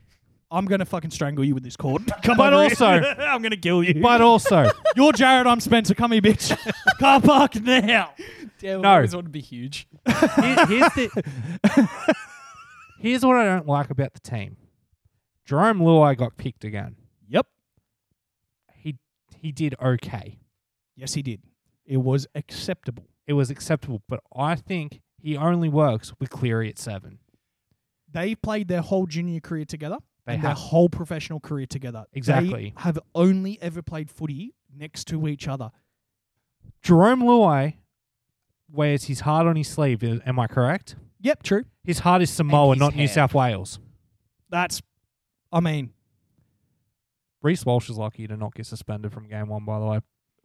[SPEAKER 1] I'm gonna fucking strangle you with this
[SPEAKER 3] (laughs)
[SPEAKER 1] cord. Come
[SPEAKER 3] But
[SPEAKER 1] over here.
[SPEAKER 3] also-
[SPEAKER 1] (laughs) I'm gonna kill you.
[SPEAKER 3] But also,
[SPEAKER 1] You're Jared. I'm Spencer. Come here,
[SPEAKER 3] (laughs)
[SPEAKER 1] bitch. Car park now.
[SPEAKER 2] Damn,
[SPEAKER 3] No.
[SPEAKER 2] always want to be huge.
[SPEAKER 3] here- here's,
[SPEAKER 1] (laughs)
[SPEAKER 3] the, here's what I don't like about the team. Jerome Luai got picked again.
[SPEAKER 1] Yep.
[SPEAKER 3] He he did okay.
[SPEAKER 1] Yes, he did. It was acceptable.
[SPEAKER 3] It was acceptable, but I think he only works with Cleary at seven.
[SPEAKER 1] They played their whole junior career together
[SPEAKER 3] They
[SPEAKER 1] and their
[SPEAKER 3] have
[SPEAKER 1] whole professional career together. They
[SPEAKER 3] Exactly.
[SPEAKER 1] have only ever played footy next to each other.
[SPEAKER 3] Jerome Luai wears his heart on his sleeve. i- Am I correct?
[SPEAKER 1] Yep, true.
[SPEAKER 3] His heart is Samoa,
[SPEAKER 2] his
[SPEAKER 3] not New
[SPEAKER 2] hair.
[SPEAKER 3] South Wales.
[SPEAKER 1] That's, I mean,
[SPEAKER 3] Reese Walsh is lucky to not get suspended from game one. By the way,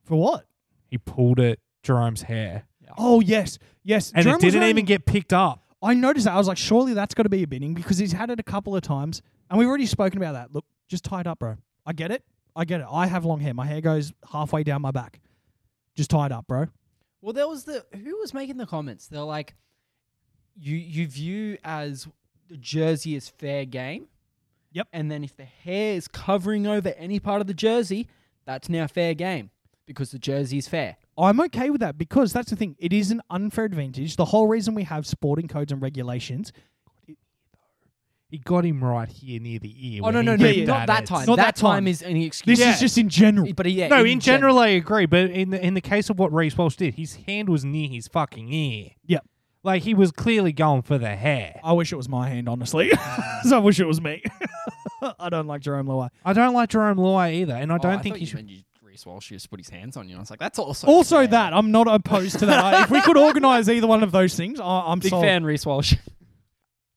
[SPEAKER 1] for what?
[SPEAKER 3] he pulled at Jerome's hair,
[SPEAKER 1] Oh yes, yes.
[SPEAKER 3] and
[SPEAKER 1] Jerome
[SPEAKER 3] it
[SPEAKER 1] was
[SPEAKER 3] didn't
[SPEAKER 1] wearing-
[SPEAKER 3] even get picked up.
[SPEAKER 1] I noticed that. I was like, surely that's got to be a binning because he's had it a couple of times, and we've already spoken about that. Look, just tie it up, bro. I get it. I get it. I have long hair. My hair goes halfway down my back. Just tie it up, bro.
[SPEAKER 2] Well, there was the who was making the comments. They're like, you you view as the jersey is fair game.
[SPEAKER 1] Yep.
[SPEAKER 2] And then if the hair is covering over any part of the jersey, that's now fair game because the jersey is fair.
[SPEAKER 1] I'm okay with that because that's the thing. It is an unfair advantage. The whole reason we have sporting codes and regulations
[SPEAKER 3] He got him right here near the ear.
[SPEAKER 2] Oh
[SPEAKER 3] when
[SPEAKER 2] no,
[SPEAKER 3] he
[SPEAKER 2] no, no,
[SPEAKER 3] did
[SPEAKER 1] yeah,
[SPEAKER 2] not that
[SPEAKER 3] It's-
[SPEAKER 2] time.
[SPEAKER 1] Not
[SPEAKER 2] that
[SPEAKER 1] that time.
[SPEAKER 2] time is an excuse.
[SPEAKER 1] This is just in general.
[SPEAKER 2] but yeah,
[SPEAKER 3] No, in general, I agree. But in the in the case of what Reese Walsh did, his hand was near his fucking ear.
[SPEAKER 1] Yep.
[SPEAKER 3] Like he was clearly going for the hair.
[SPEAKER 1] I wish it was my hand, honestly. (laughs)
[SPEAKER 3] Mm.
[SPEAKER 1] so I wish it was me. (laughs) I don't like Jerome Loi.
[SPEAKER 3] I don't like Jerome Loy either, and I
[SPEAKER 4] Oh,
[SPEAKER 3] don't think
[SPEAKER 4] thought
[SPEAKER 3] he
[SPEAKER 4] you
[SPEAKER 3] should.
[SPEAKER 4] meant you- Reese Walsh just put his hands on you. I was like, that's also
[SPEAKER 1] Also,
[SPEAKER 4] fair.
[SPEAKER 1] that I'm not opposed to that. I- if we could organise either one of those things, I, I'm
[SPEAKER 4] big
[SPEAKER 1] sold.
[SPEAKER 4] fan Reese Walsh.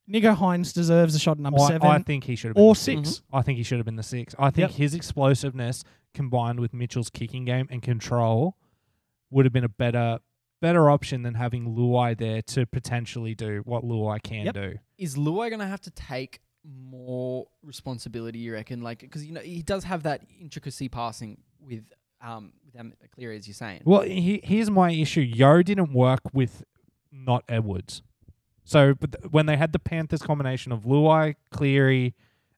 [SPEAKER 1] Nico Hines deserves a shot at number
[SPEAKER 3] I,
[SPEAKER 1] seven
[SPEAKER 3] I think he should have. Been,
[SPEAKER 1] or 6
[SPEAKER 3] I think he should have been the six. I think
[SPEAKER 1] Yep.
[SPEAKER 3] his explosiveness combined with Mitchell's kicking game and control would have been a better better option than having Luai there to potentially do what Luai can
[SPEAKER 1] Yep.
[SPEAKER 3] do.
[SPEAKER 4] Is Luai going to have to take more responsibility? You reckon? Like, because you know he does have that intricacy passing with um with Am- Cleary, as you're saying.
[SPEAKER 3] Well, he, here's my issue. Yo didn't work with not Edwards. So but th- when they had the Panthers combination of Luai, Cleary,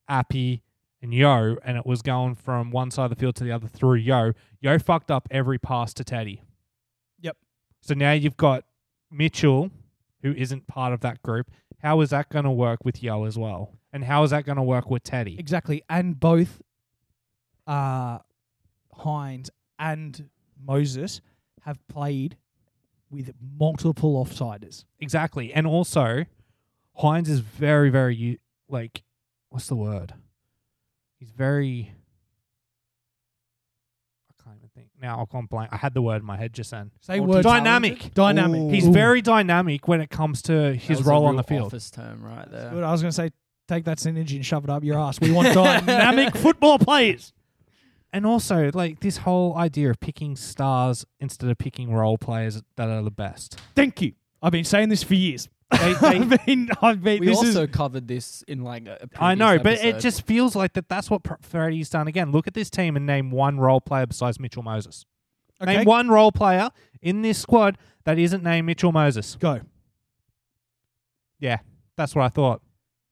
[SPEAKER 3] Appy, and Yo, and it was going from one side of the field to the other through Yo, Yo fucked up every pass to Teddy.
[SPEAKER 1] Yep.
[SPEAKER 3] So now you've got Mitchell, who isn't part of that group. How is that going to work with Yo as well? And how is that going to work with Teddy?
[SPEAKER 1] Exactly. And both uh, Hines and Moses have played with multiple offsiders.
[SPEAKER 3] Exactly. And also, Hines is very, very u- like, what's the word? He's very. I can't even think now. I've gone blank. I had the word in my head just then.
[SPEAKER 1] Say
[SPEAKER 4] Multi-
[SPEAKER 1] word
[SPEAKER 3] Dynamic.
[SPEAKER 1] dynamic.
[SPEAKER 4] Ooh.
[SPEAKER 3] He's
[SPEAKER 1] Ooh.
[SPEAKER 3] very dynamic when it comes to
[SPEAKER 4] That
[SPEAKER 3] his
[SPEAKER 4] was a
[SPEAKER 3] role on
[SPEAKER 4] real
[SPEAKER 3] the field.
[SPEAKER 4] Office term right there.
[SPEAKER 1] Good. I was going to say, take that synergy and shove it up your ass. We want dynamic football players.
[SPEAKER 3] And also, like this whole idea of picking stars instead of picking role players that are the best.
[SPEAKER 1] Thank you. I've been saying this for years.
[SPEAKER 3] They- they-
[SPEAKER 1] (laughs) I've been. I've been.
[SPEAKER 4] We
[SPEAKER 1] this
[SPEAKER 4] also
[SPEAKER 1] is.
[SPEAKER 4] covered this in like a, a
[SPEAKER 3] I know, but
[SPEAKER 4] previous
[SPEAKER 3] it
[SPEAKER 4] episode.
[SPEAKER 3] just feels like that. That's what Pr- Freddie's done again. Look at this team and name one role player besides Mitchell Moses.
[SPEAKER 1] Okay.
[SPEAKER 3] Name one role player in this squad that isn't named Mitchell Moses.
[SPEAKER 1] Go.
[SPEAKER 3] Yeah, that's what I thought.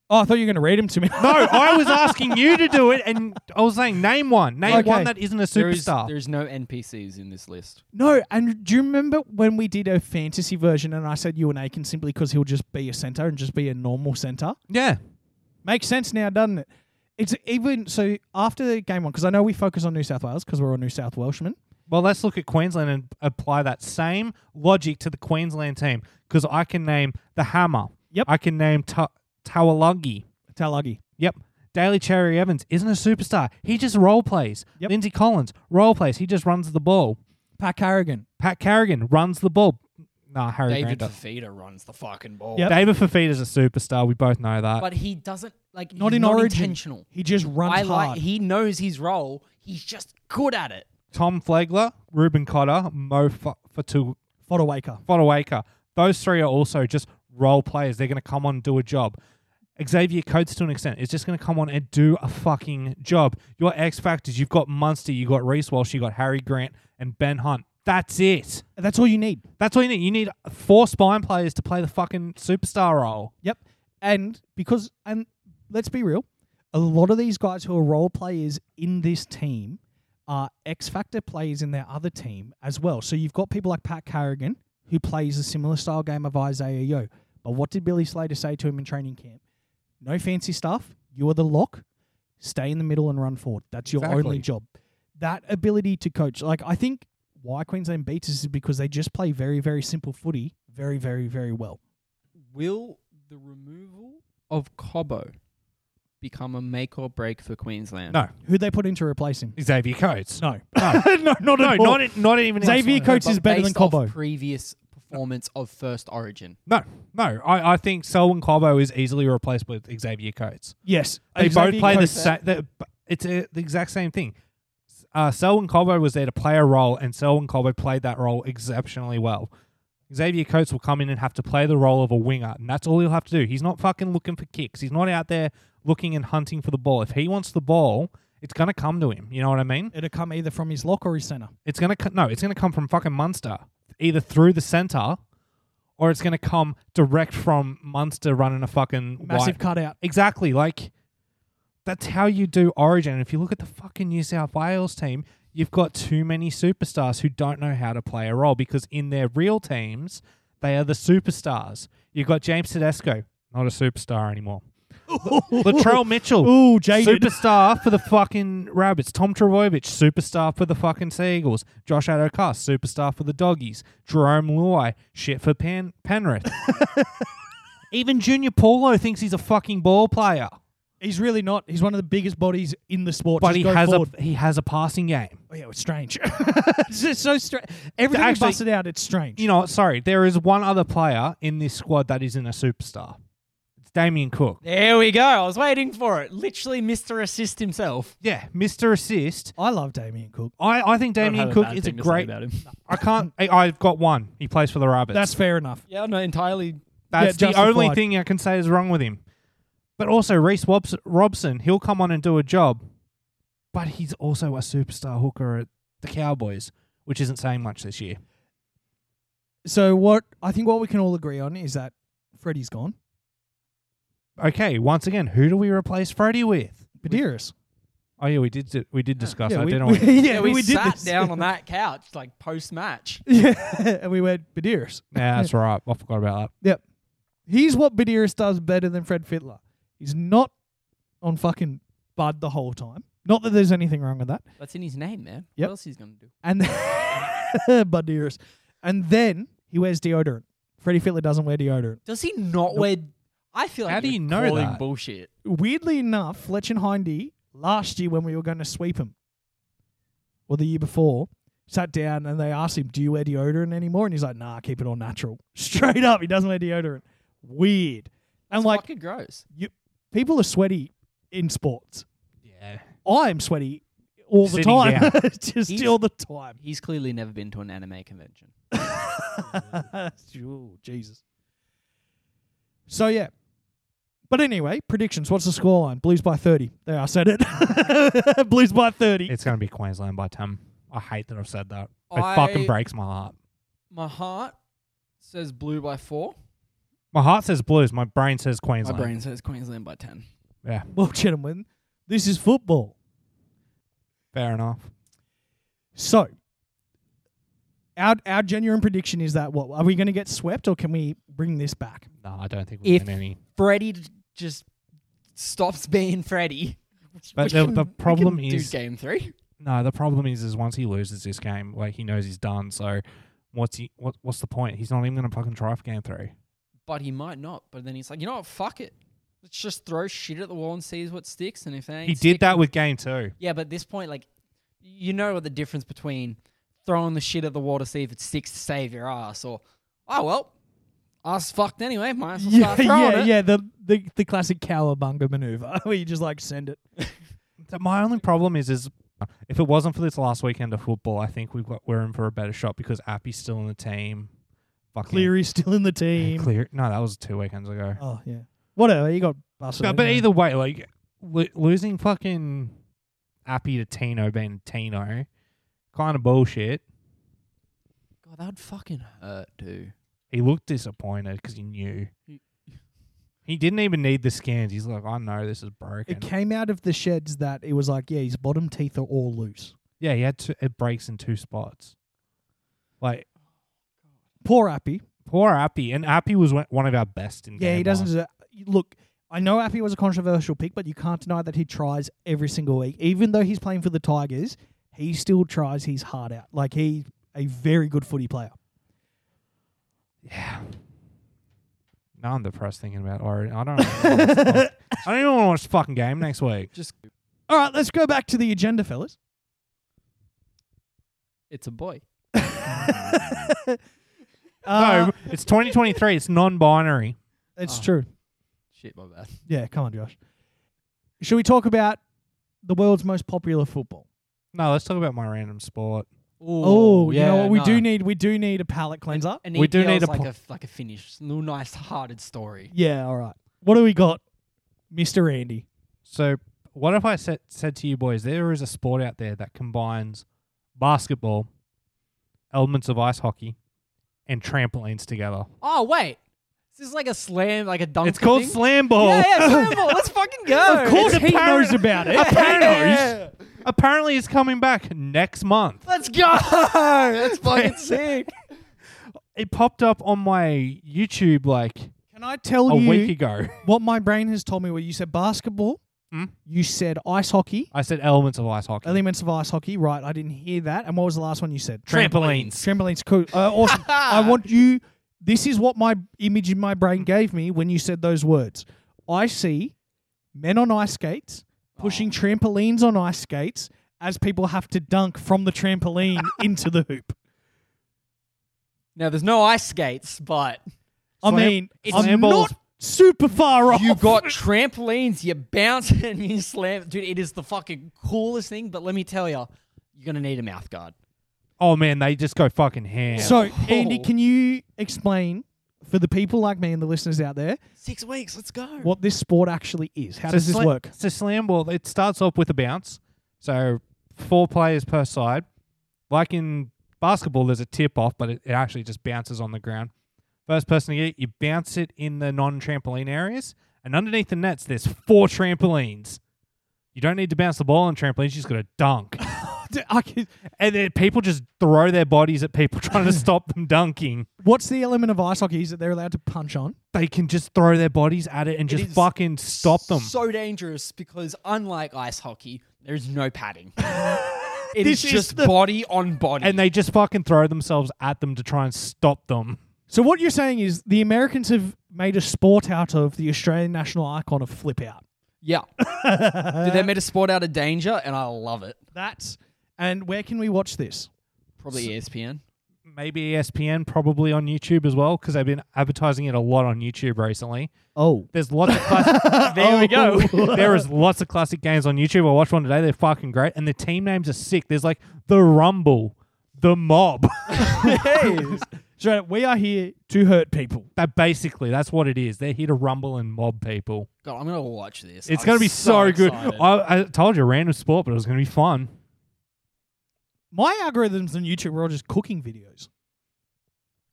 [SPEAKER 1] Oh, I thought you were going to read him to me.
[SPEAKER 3] No, I was asking you to do it, and I was saying name one, name
[SPEAKER 1] Okay.
[SPEAKER 3] one that isn't a
[SPEAKER 4] There is-
[SPEAKER 3] superstar.
[SPEAKER 4] There is no NPCs in this list.
[SPEAKER 1] No, and do you remember when we did a fantasy version and I said you and Aiken simply because he'll just be a center and just be a normal center?
[SPEAKER 3] yeah,
[SPEAKER 1] Makes sense now, doesn't it? It's even so after game one, because I know we focus on New South Wales because we're all New South Welshmen.
[SPEAKER 3] well, let's look at Queensland and apply that same logic to the Queensland team because I can name the Hammer.
[SPEAKER 1] Yep.
[SPEAKER 3] I can name Ta- Tawalungi.
[SPEAKER 1] Talagi.
[SPEAKER 3] Yep. Daly Cherry Evans isn't a superstar. He just role plays.
[SPEAKER 1] Yep.
[SPEAKER 3] Lindsay Collins role plays. He just runs the ball.
[SPEAKER 1] Pat Carrigan.
[SPEAKER 3] Pat Carrigan runs the ball. Nah, Harry Grant
[SPEAKER 4] David
[SPEAKER 3] does.
[SPEAKER 4] Fafita runs the fucking ball.
[SPEAKER 1] Yep.
[SPEAKER 3] David Fafita's a superstar. We both know that.
[SPEAKER 4] But he doesn't like
[SPEAKER 1] Not
[SPEAKER 4] he's
[SPEAKER 1] in
[SPEAKER 4] not
[SPEAKER 1] origin.
[SPEAKER 4] intentional.
[SPEAKER 1] He just runs
[SPEAKER 4] I
[SPEAKER 1] hard.
[SPEAKER 4] like he knows his role. He's just good at it.
[SPEAKER 3] Tom Flagler, Ruben Cotter, Mo Fa- Fatu-
[SPEAKER 1] Fodawaker.
[SPEAKER 3] Fodawaker. Those three are also just role players. They're going to come on and do a job. Xavier Coates, to an extent, is just going to come on and do a fucking job. Your X Factors, you've got Munster, you've got Reese Walsh, you've got Harry Grant, and Ben Hunt. That's it.
[SPEAKER 1] That's all you need.
[SPEAKER 3] That's all you need. You need four spine players to play the fucking superstar role.
[SPEAKER 1] Yep. And because and let's be real, a lot of these guys who are role players in this team are X Factor players in their other team as well. So you've got people like Pat Carrigan who plays a similar style game of Isaiah Yo. But what did Billy Slater say to him in training camp? No fancy stuff. You are the lock. Stay in the middle and run forward. That's your only
[SPEAKER 3] Exactly.
[SPEAKER 1] job. That ability to coach, like I think why Queensland beats us is because they just play very, very simple footy, very, very, very well.
[SPEAKER 4] Will the removal of Cobbo become a make or break for Queensland?
[SPEAKER 3] No.
[SPEAKER 1] Who they put in to replace him?
[SPEAKER 3] Xavier Coates.
[SPEAKER 1] No.
[SPEAKER 3] (laughs) No, (coughs)
[SPEAKER 1] no, not
[SPEAKER 3] no,
[SPEAKER 1] at all.
[SPEAKER 3] not e- not even
[SPEAKER 1] Xavier
[SPEAKER 3] outside.
[SPEAKER 1] Coates
[SPEAKER 4] But
[SPEAKER 1] is better than
[SPEAKER 4] based off
[SPEAKER 1] Cobbo.
[SPEAKER 4] Previous performance of first origin.
[SPEAKER 3] No, no. I, I think Selwyn Cobo is easily replaced with Xavier Coates.
[SPEAKER 1] yes,
[SPEAKER 3] They both
[SPEAKER 1] Xavier
[SPEAKER 3] play the
[SPEAKER 1] Coates-
[SPEAKER 3] same. It's uh the exact same thing. Uh, Selwyn Cobo was there to play a role, and Selwyn Cobo played that role exceptionally well. Xavier Coates will come in and have to play the role of a winger, and that's all he'll have to do. He's not fucking looking for kicks. He's not out there looking and hunting for the ball. If he wants the ball, it's gonna come to him. You know what I mean?
[SPEAKER 1] It'll come either from his lock or his center.
[SPEAKER 3] It's gonna co- no, it's gonna come from fucking Munster, either through the center, or it's gonna come direct from Munster running a fucking
[SPEAKER 1] Massive
[SPEAKER 3] wide-
[SPEAKER 1] cutout.
[SPEAKER 3] Exactly, like that's how you do Origin. And if you look at the fucking New South Wales team, you've got too many superstars who don't know how to play a role because in their real teams, they are the superstars. You've got James Tedesco, not a superstar anymore. Latrell Mitchell,
[SPEAKER 1] Ooh, jaded.
[SPEAKER 3] superstar for the fucking Rabbits. Tom Travojevic, superstar for the fucking Seagulls. Josh Adokar, superstar for the Doggies. Jerome Luai, shit for Pan-
[SPEAKER 1] (laughs)
[SPEAKER 3] Penrith. Even Junior Paulo thinks he's a fucking ball player,
[SPEAKER 1] He's really not. He's one of the biggest bodies in the sport.
[SPEAKER 3] but
[SPEAKER 1] Just
[SPEAKER 3] he
[SPEAKER 1] go
[SPEAKER 3] has
[SPEAKER 1] forward.
[SPEAKER 3] a he has a passing game.
[SPEAKER 1] Oh, yeah, it's
[SPEAKER 3] (laughs)
[SPEAKER 1] strange. it's just so strange. Everything we
[SPEAKER 3] Actually-
[SPEAKER 1] busted out, it's strange.
[SPEAKER 3] You know, what, sorry, there is one other player in this squad that isn't a superstar. It's Damien Cook.
[SPEAKER 2] There we go. I was waiting for it. Literally, Mr. Assist himself.
[SPEAKER 3] Yeah, Mr. Assist.
[SPEAKER 1] I love Damien Cook.
[SPEAKER 3] I, I think
[SPEAKER 2] I
[SPEAKER 3] Damien
[SPEAKER 2] have
[SPEAKER 3] Cook
[SPEAKER 2] bad
[SPEAKER 3] is a
[SPEAKER 2] thing to say
[SPEAKER 3] great.
[SPEAKER 2] about him.
[SPEAKER 3] I can't. I, I've got one. He plays for the Rabbits.
[SPEAKER 1] That's fair enough.
[SPEAKER 2] (laughs) Yeah, no, entirely.
[SPEAKER 3] That's
[SPEAKER 1] Yeah,
[SPEAKER 3] the only
[SPEAKER 1] justified.
[SPEAKER 3] thing I can say is wrong with him. But also Reese Wobs- Robson, he'll come on and do a job, but he's also a superstar hooker at the Cowboys, which isn't saying much this year.
[SPEAKER 1] So what I think what we can all agree on is that Freddie's gone.
[SPEAKER 3] Okay, once again, who do we replace Freddie with?
[SPEAKER 1] Badiris.
[SPEAKER 3] Oh yeah, we did we did discuss that,
[SPEAKER 1] we, (laughs)
[SPEAKER 3] (laughs) didn't
[SPEAKER 1] we-
[SPEAKER 3] we?
[SPEAKER 1] yeah,
[SPEAKER 2] Yeah, we,
[SPEAKER 1] did
[SPEAKER 2] sat
[SPEAKER 1] this.
[SPEAKER 2] down on that couch like post match.
[SPEAKER 1] (laughs) yeah, and we went Badiris.
[SPEAKER 3] yeah, that's right. I forgot about
[SPEAKER 1] Yep. Here's what Badiris does better than Fred Fittler. He's not on fucking Bud the whole time. Not that there's anything wrong with that.
[SPEAKER 2] That's in his name, man.
[SPEAKER 1] Yep.
[SPEAKER 2] What else he's gonna do?
[SPEAKER 1] And (laughs) Badiris. And then he wears deodorant. Freddie Fittler doesn't wear deodorant.
[SPEAKER 2] Does he not wear? I feel like
[SPEAKER 3] How do
[SPEAKER 2] you're
[SPEAKER 3] you know
[SPEAKER 2] calling
[SPEAKER 3] that?
[SPEAKER 2] bullshit.
[SPEAKER 1] Weirdly enough, Fletch and Hindy last year when we were going to sweep him, or the year before, sat down and they asked him, "Do you wear deodorant anymore?" And he's like, "Nah, I keep it all natural." (laughs) Straight up, he doesn't wear deodorant. Weird. And
[SPEAKER 2] It's
[SPEAKER 1] like
[SPEAKER 2] fucking gross.
[SPEAKER 1] people are sweaty in sports.
[SPEAKER 3] that. Yeah.
[SPEAKER 1] I'm sweaty all the
[SPEAKER 3] Sitting
[SPEAKER 1] time, (laughs) just
[SPEAKER 2] He's-
[SPEAKER 1] all the
[SPEAKER 3] (laughs)
[SPEAKER 1] time. (laughs)
[SPEAKER 2] He's clearly never been to an anime convention.
[SPEAKER 1] Ooh, Jesus. So yeah. But anyway, predictions. What's the scoreline? Blues by 30. There, I said it. (laughs) Blues by 30.
[SPEAKER 3] It's gonna be Queensland by ten. I hate that I've said that. It
[SPEAKER 2] I-
[SPEAKER 3] fucking breaks my heart.
[SPEAKER 2] My heart says blue by four.
[SPEAKER 3] My heart says blues, my brain says
[SPEAKER 2] My
[SPEAKER 3] Queensland.
[SPEAKER 2] brain says Queensland by ten.
[SPEAKER 3] Yeah,
[SPEAKER 1] Well, gentlemen, this is football.
[SPEAKER 3] fair enough.
[SPEAKER 1] So, our our genuine prediction is that what are we going to get swept or can we bring this back?
[SPEAKER 3] No, I don't think we
[SPEAKER 2] If-
[SPEAKER 3] get any
[SPEAKER 2] Freddy d- just stops (laughs) being Freddy.
[SPEAKER 3] But the- the
[SPEAKER 2] we
[SPEAKER 3] problem
[SPEAKER 2] do
[SPEAKER 3] is-
[SPEAKER 2] game three.
[SPEAKER 3] No, the problem is, is once he loses this game, like he knows he's done. So, what's he? What, what's the point? He's not even going to fucking try for game three.
[SPEAKER 2] But he might not. But then he's like, you know what? Fuck it. Let's just throw shit at the wall and see what sticks. And if they ain't
[SPEAKER 3] He did that
[SPEAKER 2] sticking-
[SPEAKER 3] with game two.
[SPEAKER 2] yeah, but at this point, like, you know what the difference between throwing the shit at the wall to see if it sticks to save your ass, or oh well, ass fucked anyway.
[SPEAKER 3] (laughs)
[SPEAKER 2] Might as well (laughs) start throwing
[SPEAKER 1] yeah,
[SPEAKER 2] it.
[SPEAKER 1] yeah. The, the the classic cowabunga maneuver (laughs) where you just like send it.
[SPEAKER 3] So My only problem is, is uh, if it wasn't for this last weekend of football, I think we've got we're in for a better shot because Appy's still in the team. Fucking
[SPEAKER 1] Cleary's still in the
[SPEAKER 3] Yeah,
[SPEAKER 1] team.
[SPEAKER 3] Clear. No, that was two weekends ago.
[SPEAKER 1] Oh yeah. Whatever. You got busted.
[SPEAKER 3] No, but
[SPEAKER 1] anyway.
[SPEAKER 3] either way, like lo- losing fucking Appy to Tino being Tino, kind of bullshit.
[SPEAKER 2] God, that would fucking hurt, dude.
[SPEAKER 3] He looked disappointed because he knew.
[SPEAKER 2] He-
[SPEAKER 3] He didn't even need the scans. He's like, I know this is broken.
[SPEAKER 1] It came out of the sheds that it was like, yeah, his bottom teeth are all loose.
[SPEAKER 3] yeah, he had to, it breaks in two spots. Like
[SPEAKER 1] Poor Appy.
[SPEAKER 3] poor Appy, and Appy was one- one of our best in.
[SPEAKER 1] Yeah, he
[SPEAKER 3] game
[SPEAKER 1] doesn't
[SPEAKER 3] one.
[SPEAKER 1] deserve. Look, I know Appy was a controversial pick, but you can't deny that he tries every single week. Even though he's playing for the Tigers, he still tries his heart out. Like he's a very good footy player.
[SPEAKER 3] Yeah. Now I'm depressed thinking about Origin. I don't. wanna watch the
[SPEAKER 1] (laughs)
[SPEAKER 3] fuck- I don't even want to watch the fucking game next week.
[SPEAKER 2] Just
[SPEAKER 1] All right, let's go back to the agenda, fellas.
[SPEAKER 2] it's a boy.
[SPEAKER 1] Uh,
[SPEAKER 3] no, it's 2023. It's non-binary.
[SPEAKER 1] it's
[SPEAKER 3] Ah.
[SPEAKER 2] Oh.
[SPEAKER 1] true.
[SPEAKER 2] Shit, my bad.
[SPEAKER 1] Yeah, come on, Josh. Should we talk about the world's most popular football?
[SPEAKER 3] No, let's talk about my random sport.
[SPEAKER 1] Oh, you know
[SPEAKER 2] yeah,
[SPEAKER 1] what? We
[SPEAKER 2] no.
[SPEAKER 1] do need we do need a palate cleanser.
[SPEAKER 2] An
[SPEAKER 3] We do
[SPEAKER 2] EPL
[SPEAKER 3] need
[SPEAKER 2] is
[SPEAKER 3] a
[SPEAKER 2] like
[SPEAKER 3] po-
[SPEAKER 2] a like a finish, little nice-hearted story.
[SPEAKER 1] Yeah, all right. What do we got, Mister Andy?
[SPEAKER 3] So, what if I said said to you boys, there is a sport out there that combines basketball, elements of ice hockey, and trampolines together?
[SPEAKER 2] Oh wait, this is like a slam, like a dunk.
[SPEAKER 3] It's called
[SPEAKER 2] thing?
[SPEAKER 3] slam ball.
[SPEAKER 2] Yeah,
[SPEAKER 3] (laughs)
[SPEAKER 2] yeah, (laughs) slam ball. Let's fucking go.
[SPEAKER 1] Of course
[SPEAKER 3] it's
[SPEAKER 1] he
[SPEAKER 3] apparent-
[SPEAKER 1] knows about it.
[SPEAKER 3] Apparently, apparently, it's coming back next month.
[SPEAKER 2] Let's (laughs) go. That's fucking sick.
[SPEAKER 3] It popped up on my YouTube like
[SPEAKER 1] Can I tell
[SPEAKER 3] a
[SPEAKER 1] you
[SPEAKER 3] week ago. (laughs)
[SPEAKER 1] what my brain has told me? Where you said basketball,
[SPEAKER 3] Hmm?
[SPEAKER 1] you said ice hockey,
[SPEAKER 3] I said elements of ice hockey.
[SPEAKER 1] elements of ice hockey. Right, I didn't hear that. And what was the last one you said?
[SPEAKER 3] Trampolines.
[SPEAKER 1] Trampolines, cool.
[SPEAKER 3] (laughs)
[SPEAKER 1] Uh, awesome. I want you. This is what my image in my
[SPEAKER 3] Hmm.
[SPEAKER 1] brain gave me when you said those words. I see men on ice skates
[SPEAKER 3] Oh.
[SPEAKER 1] pushing trampolines on ice skates as people have to dunk from the trampoline (laughs) into the hoop.
[SPEAKER 2] Now there's no ice skates, but
[SPEAKER 1] I
[SPEAKER 3] Slam-
[SPEAKER 1] mean, I'm
[SPEAKER 3] slam balls.
[SPEAKER 1] not super far off. (laughs)
[SPEAKER 2] you got trampolines, you bounce (laughs) and you slam. Dude, it is the fucking coolest thing. But let me tell you, you're gonna need a mouth guard.
[SPEAKER 3] Oh man, they just go fucking ham.
[SPEAKER 1] So, Andy,
[SPEAKER 2] Oh.
[SPEAKER 1] can you explain for the people like me and the listeners out there
[SPEAKER 2] Six weeks, let's go.
[SPEAKER 1] what this sport actually is? How
[SPEAKER 3] So
[SPEAKER 1] does this
[SPEAKER 3] sla-
[SPEAKER 1] work?
[SPEAKER 3] So slam ball. It starts off with a bounce. So four players per side. Like in basketball, there's a tip off, but it, it actually just bounces on the ground. First person to get it, you bounce it in the non-trampoline areas, and underneath the nets, there's four trampolines. You don't need to bounce the ball on trampolines. You just got to
[SPEAKER 1] (laughs)
[SPEAKER 3] dunk,
[SPEAKER 1] (laughs) I can-
[SPEAKER 3] and then people just throw their bodies at people (laughs) trying
[SPEAKER 1] (laughs)
[SPEAKER 3] to stop them dunking.
[SPEAKER 1] What's the element of ice hockey is that they're allowed to punch on?
[SPEAKER 3] They can just throw their bodies at it and just
[SPEAKER 2] is
[SPEAKER 3] fucking stop them.
[SPEAKER 2] So dangerous because unlike ice hockey, there's no padding. It
[SPEAKER 1] This
[SPEAKER 2] is
[SPEAKER 1] is
[SPEAKER 2] just
[SPEAKER 1] the-
[SPEAKER 2] body on body.
[SPEAKER 3] and they just fucking throw themselves at them to try and stop them.
[SPEAKER 1] So what you're saying is the Americans have made a sport out of the Australian national icon of flip out.
[SPEAKER 2] yeah, Dude, they made a sport out of danger, and I love it.
[SPEAKER 1] That's and where can we watch this?
[SPEAKER 2] Probably E ESPN.
[SPEAKER 3] Maybe E ESPN, probably on YouTube as well, because they've been advertising it a lot on YouTube recently.
[SPEAKER 1] (laughs) Oh,
[SPEAKER 3] There's lots
[SPEAKER 2] (laughs)
[SPEAKER 3] of classic. there we go.
[SPEAKER 2] Oh.
[SPEAKER 3] there is lots of classic games on YouTube. I watched one today. They're fucking great, and the team names are sick. There's like the Rumble, the Mob. (laughs)
[SPEAKER 1] so we are here to hurt people.
[SPEAKER 3] that basically that's what it is. They're here to rumble and mob people.
[SPEAKER 2] God, I'm gonna watch this.
[SPEAKER 3] It's
[SPEAKER 2] I'm
[SPEAKER 3] gonna be so, good.
[SPEAKER 2] excited.
[SPEAKER 3] I, I told you, random sport, but it was gonna be fun.
[SPEAKER 1] My algorithms on YouTube were all just cooking videos.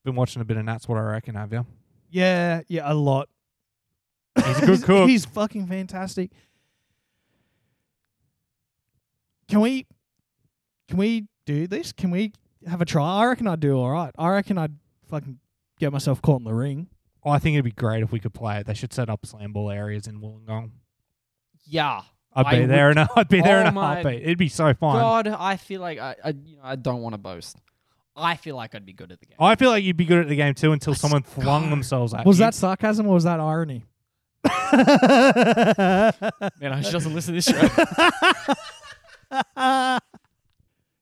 [SPEAKER 3] Been watching a bit of that's what I reckon. Have you?
[SPEAKER 1] Yeah, yeah, a lot.
[SPEAKER 3] He's
[SPEAKER 2] (laughs)
[SPEAKER 3] a good
[SPEAKER 1] He's-
[SPEAKER 3] cook.
[SPEAKER 1] He's fucking fantastic. Can we can we do this? Can we have a try? I reckon I'd do all right. I reckon I'd fucking get myself caught in the ring.
[SPEAKER 3] Oh, I think it'd be great if we could play it. They should set up slam ball areas in Wollongong.
[SPEAKER 2] Yeah.
[SPEAKER 3] I'd
[SPEAKER 2] I
[SPEAKER 3] be
[SPEAKER 2] would-
[SPEAKER 3] there in a, (laughs) I'd be there in
[SPEAKER 2] Oh
[SPEAKER 3] a
[SPEAKER 2] my
[SPEAKER 3] heartbeat. It'd be so fun.
[SPEAKER 2] God, I feel like I, I you know, I don't want to boast. I feel like I'd be good at the game.
[SPEAKER 3] I feel like you'd be good at the game too until someone flung themselves at
[SPEAKER 1] Was
[SPEAKER 3] Uh, you.
[SPEAKER 1] that sarcasm or was that irony?
[SPEAKER 2] Man, I just doesn't listen to this show.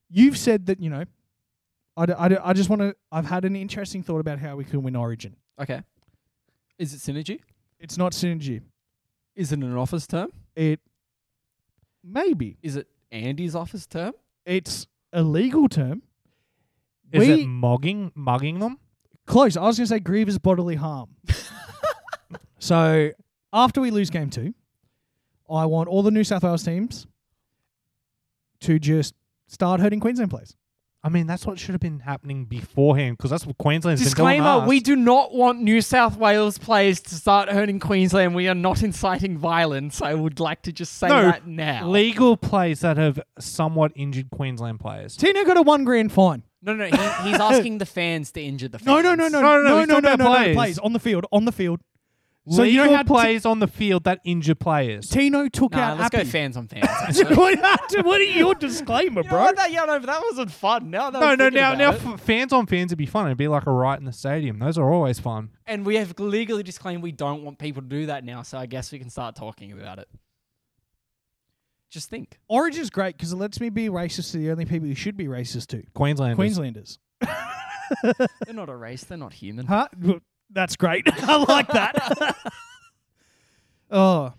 [SPEAKER 1] You've said that, you know, I, d- I, d- I just want to. I've had an interesting thought about how we can win Origin.
[SPEAKER 2] (laughs) okay. Is it synergy?
[SPEAKER 1] It's not synergy.
[SPEAKER 2] Is it an office term?
[SPEAKER 1] It maybe
[SPEAKER 2] Is it Andy's office term?
[SPEAKER 1] it's a legal term.
[SPEAKER 3] Is
[SPEAKER 1] we
[SPEAKER 3] it mugging mugging them?
[SPEAKER 1] close. I was going to say grievous bodily harm. so after we lose game two, I want all the New South Wales teams to just start hurting Queensland players.
[SPEAKER 3] I mean, that's what should have been happening beforehand because that's what Queensland's been doing.
[SPEAKER 2] Disclaimer:
[SPEAKER 3] to us.
[SPEAKER 2] We do not want New South Wales players to start hurting Queensland. We are not inciting violence. I would like to just say
[SPEAKER 3] No,
[SPEAKER 2] that now.
[SPEAKER 3] legal plays that have somewhat injured Queensland players.
[SPEAKER 1] Tino got a one grand fine.
[SPEAKER 2] no, no, he, (laughs) he's asking the fans to injure the fans.
[SPEAKER 1] No, no, no, no, no,
[SPEAKER 3] No, no,
[SPEAKER 1] no,
[SPEAKER 3] he's
[SPEAKER 1] no,
[SPEAKER 3] talking
[SPEAKER 1] no,
[SPEAKER 3] about
[SPEAKER 1] no,
[SPEAKER 3] players.
[SPEAKER 1] plays on the field, on the field.
[SPEAKER 3] So you
[SPEAKER 1] know
[SPEAKER 3] don't
[SPEAKER 1] how
[SPEAKER 3] have plays on the field that injure players.
[SPEAKER 1] Tino took
[SPEAKER 2] Nah,
[SPEAKER 1] out
[SPEAKER 2] let's go
[SPEAKER 1] Appy. (laughs)
[SPEAKER 2] fans on fans. (laughs)
[SPEAKER 1] what are your disclaimer,
[SPEAKER 2] You know
[SPEAKER 1] bro?
[SPEAKER 2] what, that, yeah, no, but that wasn't fun. Now that
[SPEAKER 3] no,
[SPEAKER 2] I'm
[SPEAKER 3] no,
[SPEAKER 2] thinking
[SPEAKER 3] now
[SPEAKER 2] about
[SPEAKER 3] now
[SPEAKER 2] it.
[SPEAKER 3] f- fans on fans would be fun. It'd be like a riot in the stadium. Those are always fun.
[SPEAKER 2] and we have legally disclaimed we don't want people to do that now. So I guess we can start talking about it. Just think.
[SPEAKER 1] Origin's great because it lets me be racist to the only people you should be racist to:
[SPEAKER 3] Queensland.
[SPEAKER 1] Queenslanders.
[SPEAKER 2] They're not a race. They're not (laughs) human.
[SPEAKER 1] Huh? Well, That's great. (laughs) I like that. (laughs) oh,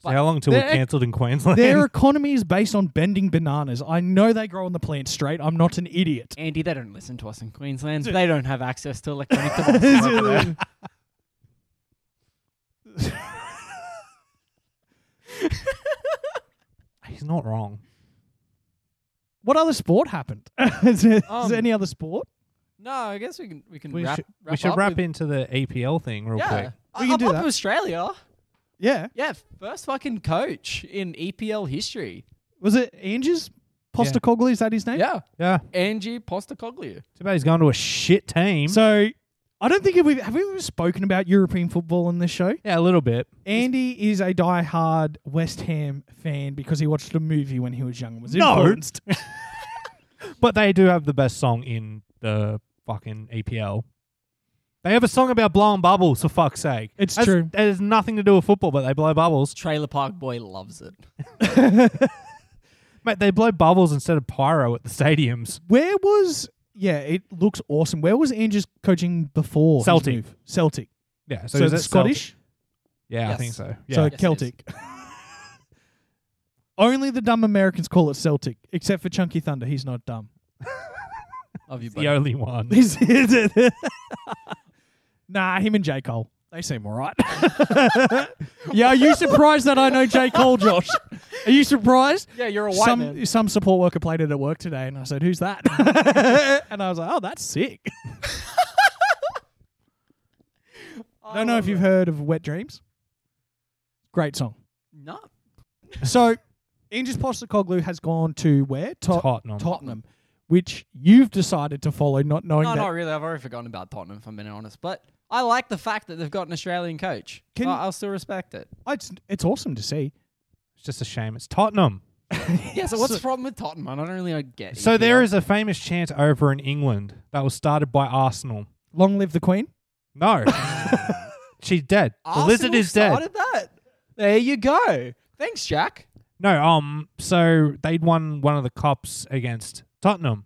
[SPEAKER 3] So how long until we're
[SPEAKER 1] They're-
[SPEAKER 3] cancelled in Queensland? (laughs)
[SPEAKER 1] their economy is based on bending bananas. I know they grow on the plant straight. I'm not an (laughs) idiot.
[SPEAKER 2] Andy, they don't listen to us in Queensland. They don't have access (laughs) to electronic devices.
[SPEAKER 1] That's
[SPEAKER 3] He's not wrong.
[SPEAKER 1] (laughs) What other sport (laughs) happened? is, there, is
[SPEAKER 2] Um,
[SPEAKER 1] there any other sport?
[SPEAKER 2] no, I guess we can we can
[SPEAKER 3] We
[SPEAKER 2] wrap,
[SPEAKER 3] should,
[SPEAKER 2] wrap
[SPEAKER 3] we should
[SPEAKER 2] up
[SPEAKER 3] wrap
[SPEAKER 2] with-
[SPEAKER 3] into the EPL thing real
[SPEAKER 2] Yeah,
[SPEAKER 3] quick.
[SPEAKER 1] We
[SPEAKER 2] we
[SPEAKER 1] can
[SPEAKER 2] can
[SPEAKER 1] do that.
[SPEAKER 2] Australia.
[SPEAKER 1] Yeah.
[SPEAKER 2] Yeah, first fucking coach in EPL history.
[SPEAKER 1] Was it Anges? Postacoglu, is that his name?
[SPEAKER 2] Yeah,
[SPEAKER 3] Yeah.
[SPEAKER 2] Angie Postacoglu.
[SPEAKER 3] Too bad he's going to a shit team.
[SPEAKER 1] So I don't think if we've have we ever spoken about European football on this show.
[SPEAKER 3] Yeah, a little bit.
[SPEAKER 1] Andy is a diehard West Ham fan because he watched a movie when he was young and was
[SPEAKER 3] No.
[SPEAKER 1] influenced.
[SPEAKER 3] But they do have the best song in the fucking EPL. They have a song about blowing bubbles, for fuck's sake.
[SPEAKER 1] It's
[SPEAKER 3] That's-
[SPEAKER 1] true.
[SPEAKER 3] That has nothing to do with football, but they blow bubbles.
[SPEAKER 2] Trailer Park Boy loves
[SPEAKER 3] (laughs)
[SPEAKER 2] it.
[SPEAKER 3] Mate, they blow bubbles instead of pyro at the stadiums.
[SPEAKER 1] Where was yeah? It looks awesome. Where was Andrews coaching before his
[SPEAKER 3] Celtic.
[SPEAKER 1] move? Celtic.
[SPEAKER 3] Yeah,
[SPEAKER 1] So,
[SPEAKER 3] so, is
[SPEAKER 1] it's
[SPEAKER 3] it Celtic?
[SPEAKER 1] Scottish.
[SPEAKER 3] Yeah, I
[SPEAKER 4] Yes.
[SPEAKER 3] think so. Yeah.
[SPEAKER 1] So
[SPEAKER 4] Yes, it is.
[SPEAKER 1] Celtic. (laughs) Only the dumb Americans call it Celtic, except for Chunky Thunder. He's not dumb. (laughs)
[SPEAKER 4] Love you, buddy.
[SPEAKER 3] the only one.
[SPEAKER 1] He's- nah, him and J. Cole. They seem all right. (laughs) yeah, are you surprised that I know J. Cole, Josh? Are you surprised?
[SPEAKER 4] Yeah, you're a white
[SPEAKER 1] Some
[SPEAKER 4] man.
[SPEAKER 1] some support worker played it at work today, and I said, "Who's that?" and I was like, "Oh, that's sick." I don't know if you've heard of Wet Dreams. Great song.
[SPEAKER 4] No.
[SPEAKER 1] So, Angus Postecoglou has gone to where? To-
[SPEAKER 3] Tottenham.
[SPEAKER 1] Tottenham, which you've decided to follow, not knowing
[SPEAKER 4] No,
[SPEAKER 1] that.
[SPEAKER 4] not really. I've already forgotten about Tottenham, if I'm being honest. But I like the fact that they've got an Australian coach.
[SPEAKER 1] Can-
[SPEAKER 4] I- I'll still respect it.
[SPEAKER 1] It's, it's awesome to see.
[SPEAKER 3] It's just a shame. It's Tottenham.
[SPEAKER 4] Yeah, so what's the problem with Tottenham? I don't really like, get it.
[SPEAKER 3] So there is a famous chant over in England that was started by Arsenal.
[SPEAKER 1] Long live the Queen.
[SPEAKER 3] No. She's dead. the lizard is dead.
[SPEAKER 4] started that. There you go. Thanks, Jack.
[SPEAKER 3] No, um, so they'd won one of the cups against Tottenham,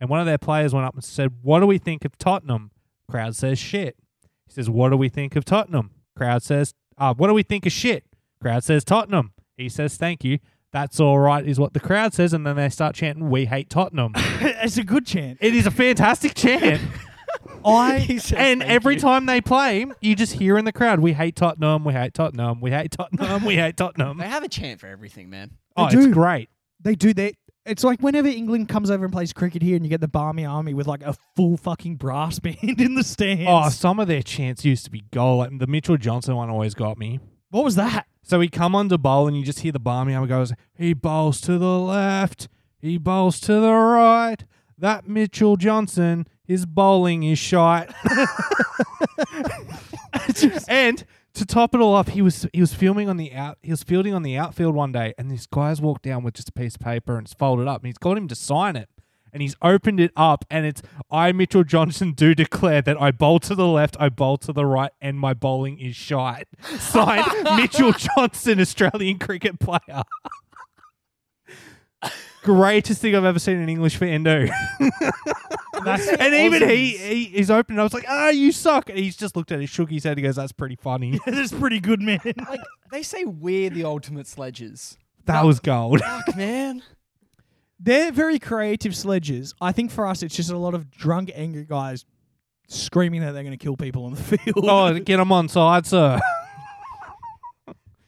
[SPEAKER 3] and one of their players went up and said, "What do we think of Tottenham?" Crowd says shit. He says, "What do we think of Tottenham?" Crowd says, uh, "What do we think of shit?" Crowd says Tottenham. He says, "Thank you." That's all right, is what the crowd says, and then they start chanting, "We hate Tottenham."
[SPEAKER 1] it's a good chant.
[SPEAKER 3] it is a fantastic chant,
[SPEAKER 1] I (laughs)
[SPEAKER 3] and every time they play, you just hear in the crowd, "We hate Tottenham. We hate Tottenham. We hate Tottenham. We hate Tottenham."
[SPEAKER 4] They have a chant for everything, man.
[SPEAKER 3] oh,
[SPEAKER 1] do.
[SPEAKER 3] it's great.
[SPEAKER 1] they do that. It's like whenever England comes over and plays cricket here, and you get the Barmy Army with like a full fucking brass (laughs) band in the stands.
[SPEAKER 3] Oh, some of their chants used to be goal. Like the Mitchell Johnson one always got me.
[SPEAKER 1] what was that? (laughs)
[SPEAKER 3] So we come on to bowl and you just hear the barmy arm goes, he bowls to the left, he bowls to the right. That Mitchell Johnson, his bowling is shite. and to top it all off, he was he was filming on the out he was fielding on the outfield one day, and this guy's walked down with just a piece of paper and it's folded up, and he's got him to sign it. And he's opened it up, and it's I, Mitchell Johnson, do declare that I bowl to the left, I bowl to the right, and my bowling is shite. (laughs) Signed, Mitchell Johnson, Australian cricket player. (laughs) Greatest thing I've ever seen an English fan do. and even he, he he's open. I was like, "Ah, you suck." And he's just looked at it, shook his head, and goes, "That's pretty funny."
[SPEAKER 1] That's pretty good, man. (laughs)
[SPEAKER 4] Like, they say we're the ultimate sledges.
[SPEAKER 3] that was gold. (laughs)
[SPEAKER 4] Fuck, man.
[SPEAKER 1] They're very creative sledges. I think for us, it's just a lot of drunk, angry guys screaming that they're going to kill people on the (laughs) field.
[SPEAKER 3] oh, get him on side, sir.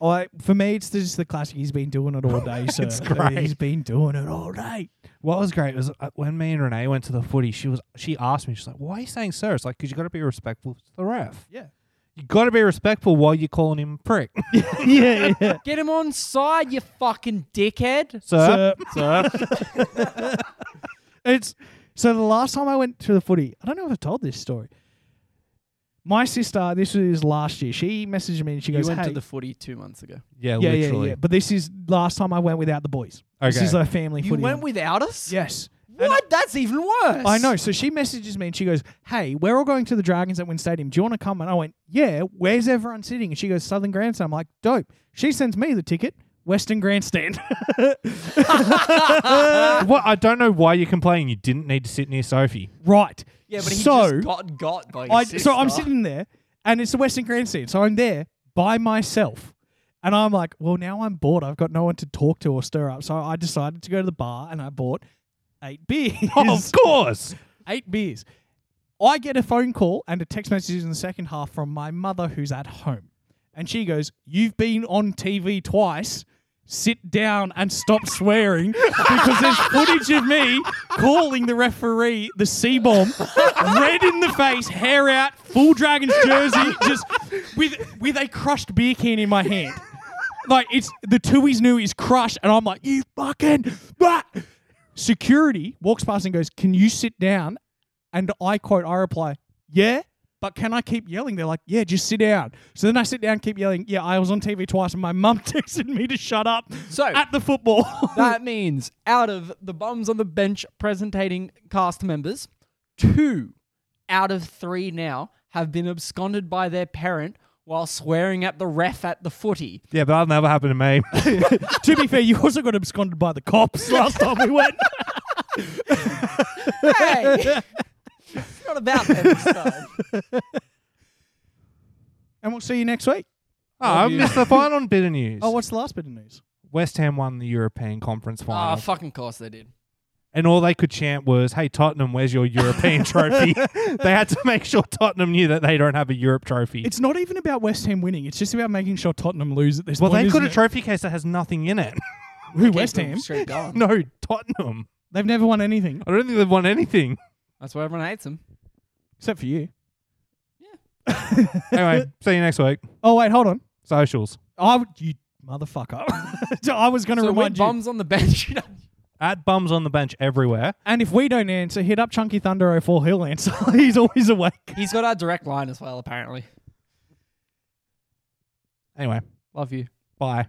[SPEAKER 1] I, for me, it's just the classic. He's been doing it all day, so
[SPEAKER 3] It's great.
[SPEAKER 1] he's been doing it all day.
[SPEAKER 3] What was great was uh, when me and Renee went to the footy. She was she asked me, she's like, "Why are you saying sir?" It's like because you got to be respectful to the ref.
[SPEAKER 1] Yeah.
[SPEAKER 3] you got to be respectful while you're calling him a (laughs) prick,
[SPEAKER 1] yeah, yeah.
[SPEAKER 4] Get him on side, you fucking dickhead.
[SPEAKER 3] sir.
[SPEAKER 1] it's so the last time I went to the footy, I don't know if I've told this story. My sister, this was last year. She messaged me and she
[SPEAKER 4] You
[SPEAKER 1] goes,
[SPEAKER 4] went
[SPEAKER 1] "Hey,
[SPEAKER 4] to the footy two months ago.
[SPEAKER 3] Yeah,
[SPEAKER 1] yeah, yeah,
[SPEAKER 3] literally.
[SPEAKER 1] yeah." But this is last time I went without the boys. This
[SPEAKER 3] Okay.
[SPEAKER 1] is a family
[SPEAKER 4] You
[SPEAKER 1] footy.
[SPEAKER 4] went
[SPEAKER 1] one.
[SPEAKER 4] without us?
[SPEAKER 1] yes. And
[SPEAKER 4] What? That's even worse.
[SPEAKER 1] I know. So she messages me and she goes, Hey, we're all going to the Dragons at Wynn Stadium. Do you want to come? And I went, Yeah, where's everyone sitting? And she goes, Southern Grandstand. I'm like, Dope. She sends me the ticket, Western Grandstand. (laughs)
[SPEAKER 3] (laughs) What I don't know why you're complaining. You didn't need to sit near (laughs) Sophie.
[SPEAKER 1] right.
[SPEAKER 4] Yeah, but he
[SPEAKER 1] so,
[SPEAKER 4] just got got by
[SPEAKER 1] I,
[SPEAKER 4] his
[SPEAKER 1] so I'm
[SPEAKER 4] sister.
[SPEAKER 1] sitting there and it's the Western Grandstand. So I'm there by myself. And I'm like, Well, now I'm bored. I've got no one to talk to or stir up. So I decided to go to the bar and I bought eight beers.
[SPEAKER 4] (laughs) Oh,
[SPEAKER 3] of course.
[SPEAKER 1] eight beers. I get a phone call and a text message in the second half from my mother who's at home. And she goes, You've been on TV twice. Sit down and stop swearing because there's footage of me calling the referee the C bomb, red in the face, hair out, full Dragons jersey, just with with a crushed beer can in my hand. Like it's the twoies new is crushed, and I'm like, you fucking bah. Security walks past and goes, Can you sit down? And I quote, I reply, Yeah. But can I keep yelling? They're like, yeah, just sit down. So then I sit down, keep yelling. Yeah, I was on TV twice, and my mum (laughs) texted me to shut up
[SPEAKER 2] So-
[SPEAKER 1] at the football.
[SPEAKER 2] That means out of the bums on the bench presentating cast members, two out of three now have been absconded by their parent while swearing at the ref at the footy.
[SPEAKER 3] Yeah, but that'll never happen to (laughs) me.
[SPEAKER 1] (laughs) to be fair, you also got absconded by the cops last time we
[SPEAKER 2] (laughs)
[SPEAKER 1] went.
[SPEAKER 2] Hey! (laughs) it's not about them
[SPEAKER 1] (laughs)
[SPEAKER 2] this time.
[SPEAKER 1] And we'll see you next week.
[SPEAKER 3] oh, I missed the final bit of news.
[SPEAKER 1] Oh, what's the last bit of news?
[SPEAKER 3] West Ham won the European Conference
[SPEAKER 2] Ah,
[SPEAKER 3] final,
[SPEAKER 2] fucking course they did.
[SPEAKER 3] and all they could chant was, "Hey Tottenham, where's your (laughs) European trophy?" they had to make sure Tottenham knew that they don't have a Europe trophy.
[SPEAKER 1] It's not even about West Ham winning. It's just about making sure Tottenham lose at this
[SPEAKER 3] well,
[SPEAKER 1] point.
[SPEAKER 3] they've got a
[SPEAKER 1] isn't
[SPEAKER 3] trophy case that has nothing in it. (laughs)
[SPEAKER 1] it? Who, West
[SPEAKER 2] Keep
[SPEAKER 1] Ham?
[SPEAKER 2] them straight
[SPEAKER 1] (laughs)
[SPEAKER 2] going.
[SPEAKER 3] no, Tottenham.
[SPEAKER 1] They've never won anything
[SPEAKER 3] I don't think they've won (laughs) anything.
[SPEAKER 2] That's why everyone hates them.
[SPEAKER 1] except for you.
[SPEAKER 3] anyway, see you next week.
[SPEAKER 1] Oh wait, hold on.
[SPEAKER 3] Socials
[SPEAKER 1] I you motherfucker. (laughs) So I was going to
[SPEAKER 2] So when
[SPEAKER 1] remind you.
[SPEAKER 2] bums on the bench, (laughs)
[SPEAKER 3] at bums on the bench everywhere.
[SPEAKER 1] And if we don't answer, hit up Chunky Thunder 04. He'll answer. (laughs) He's always awake.
[SPEAKER 2] he's got our direct line as well, apparently.
[SPEAKER 3] Anyway,
[SPEAKER 2] Love you.
[SPEAKER 3] bye.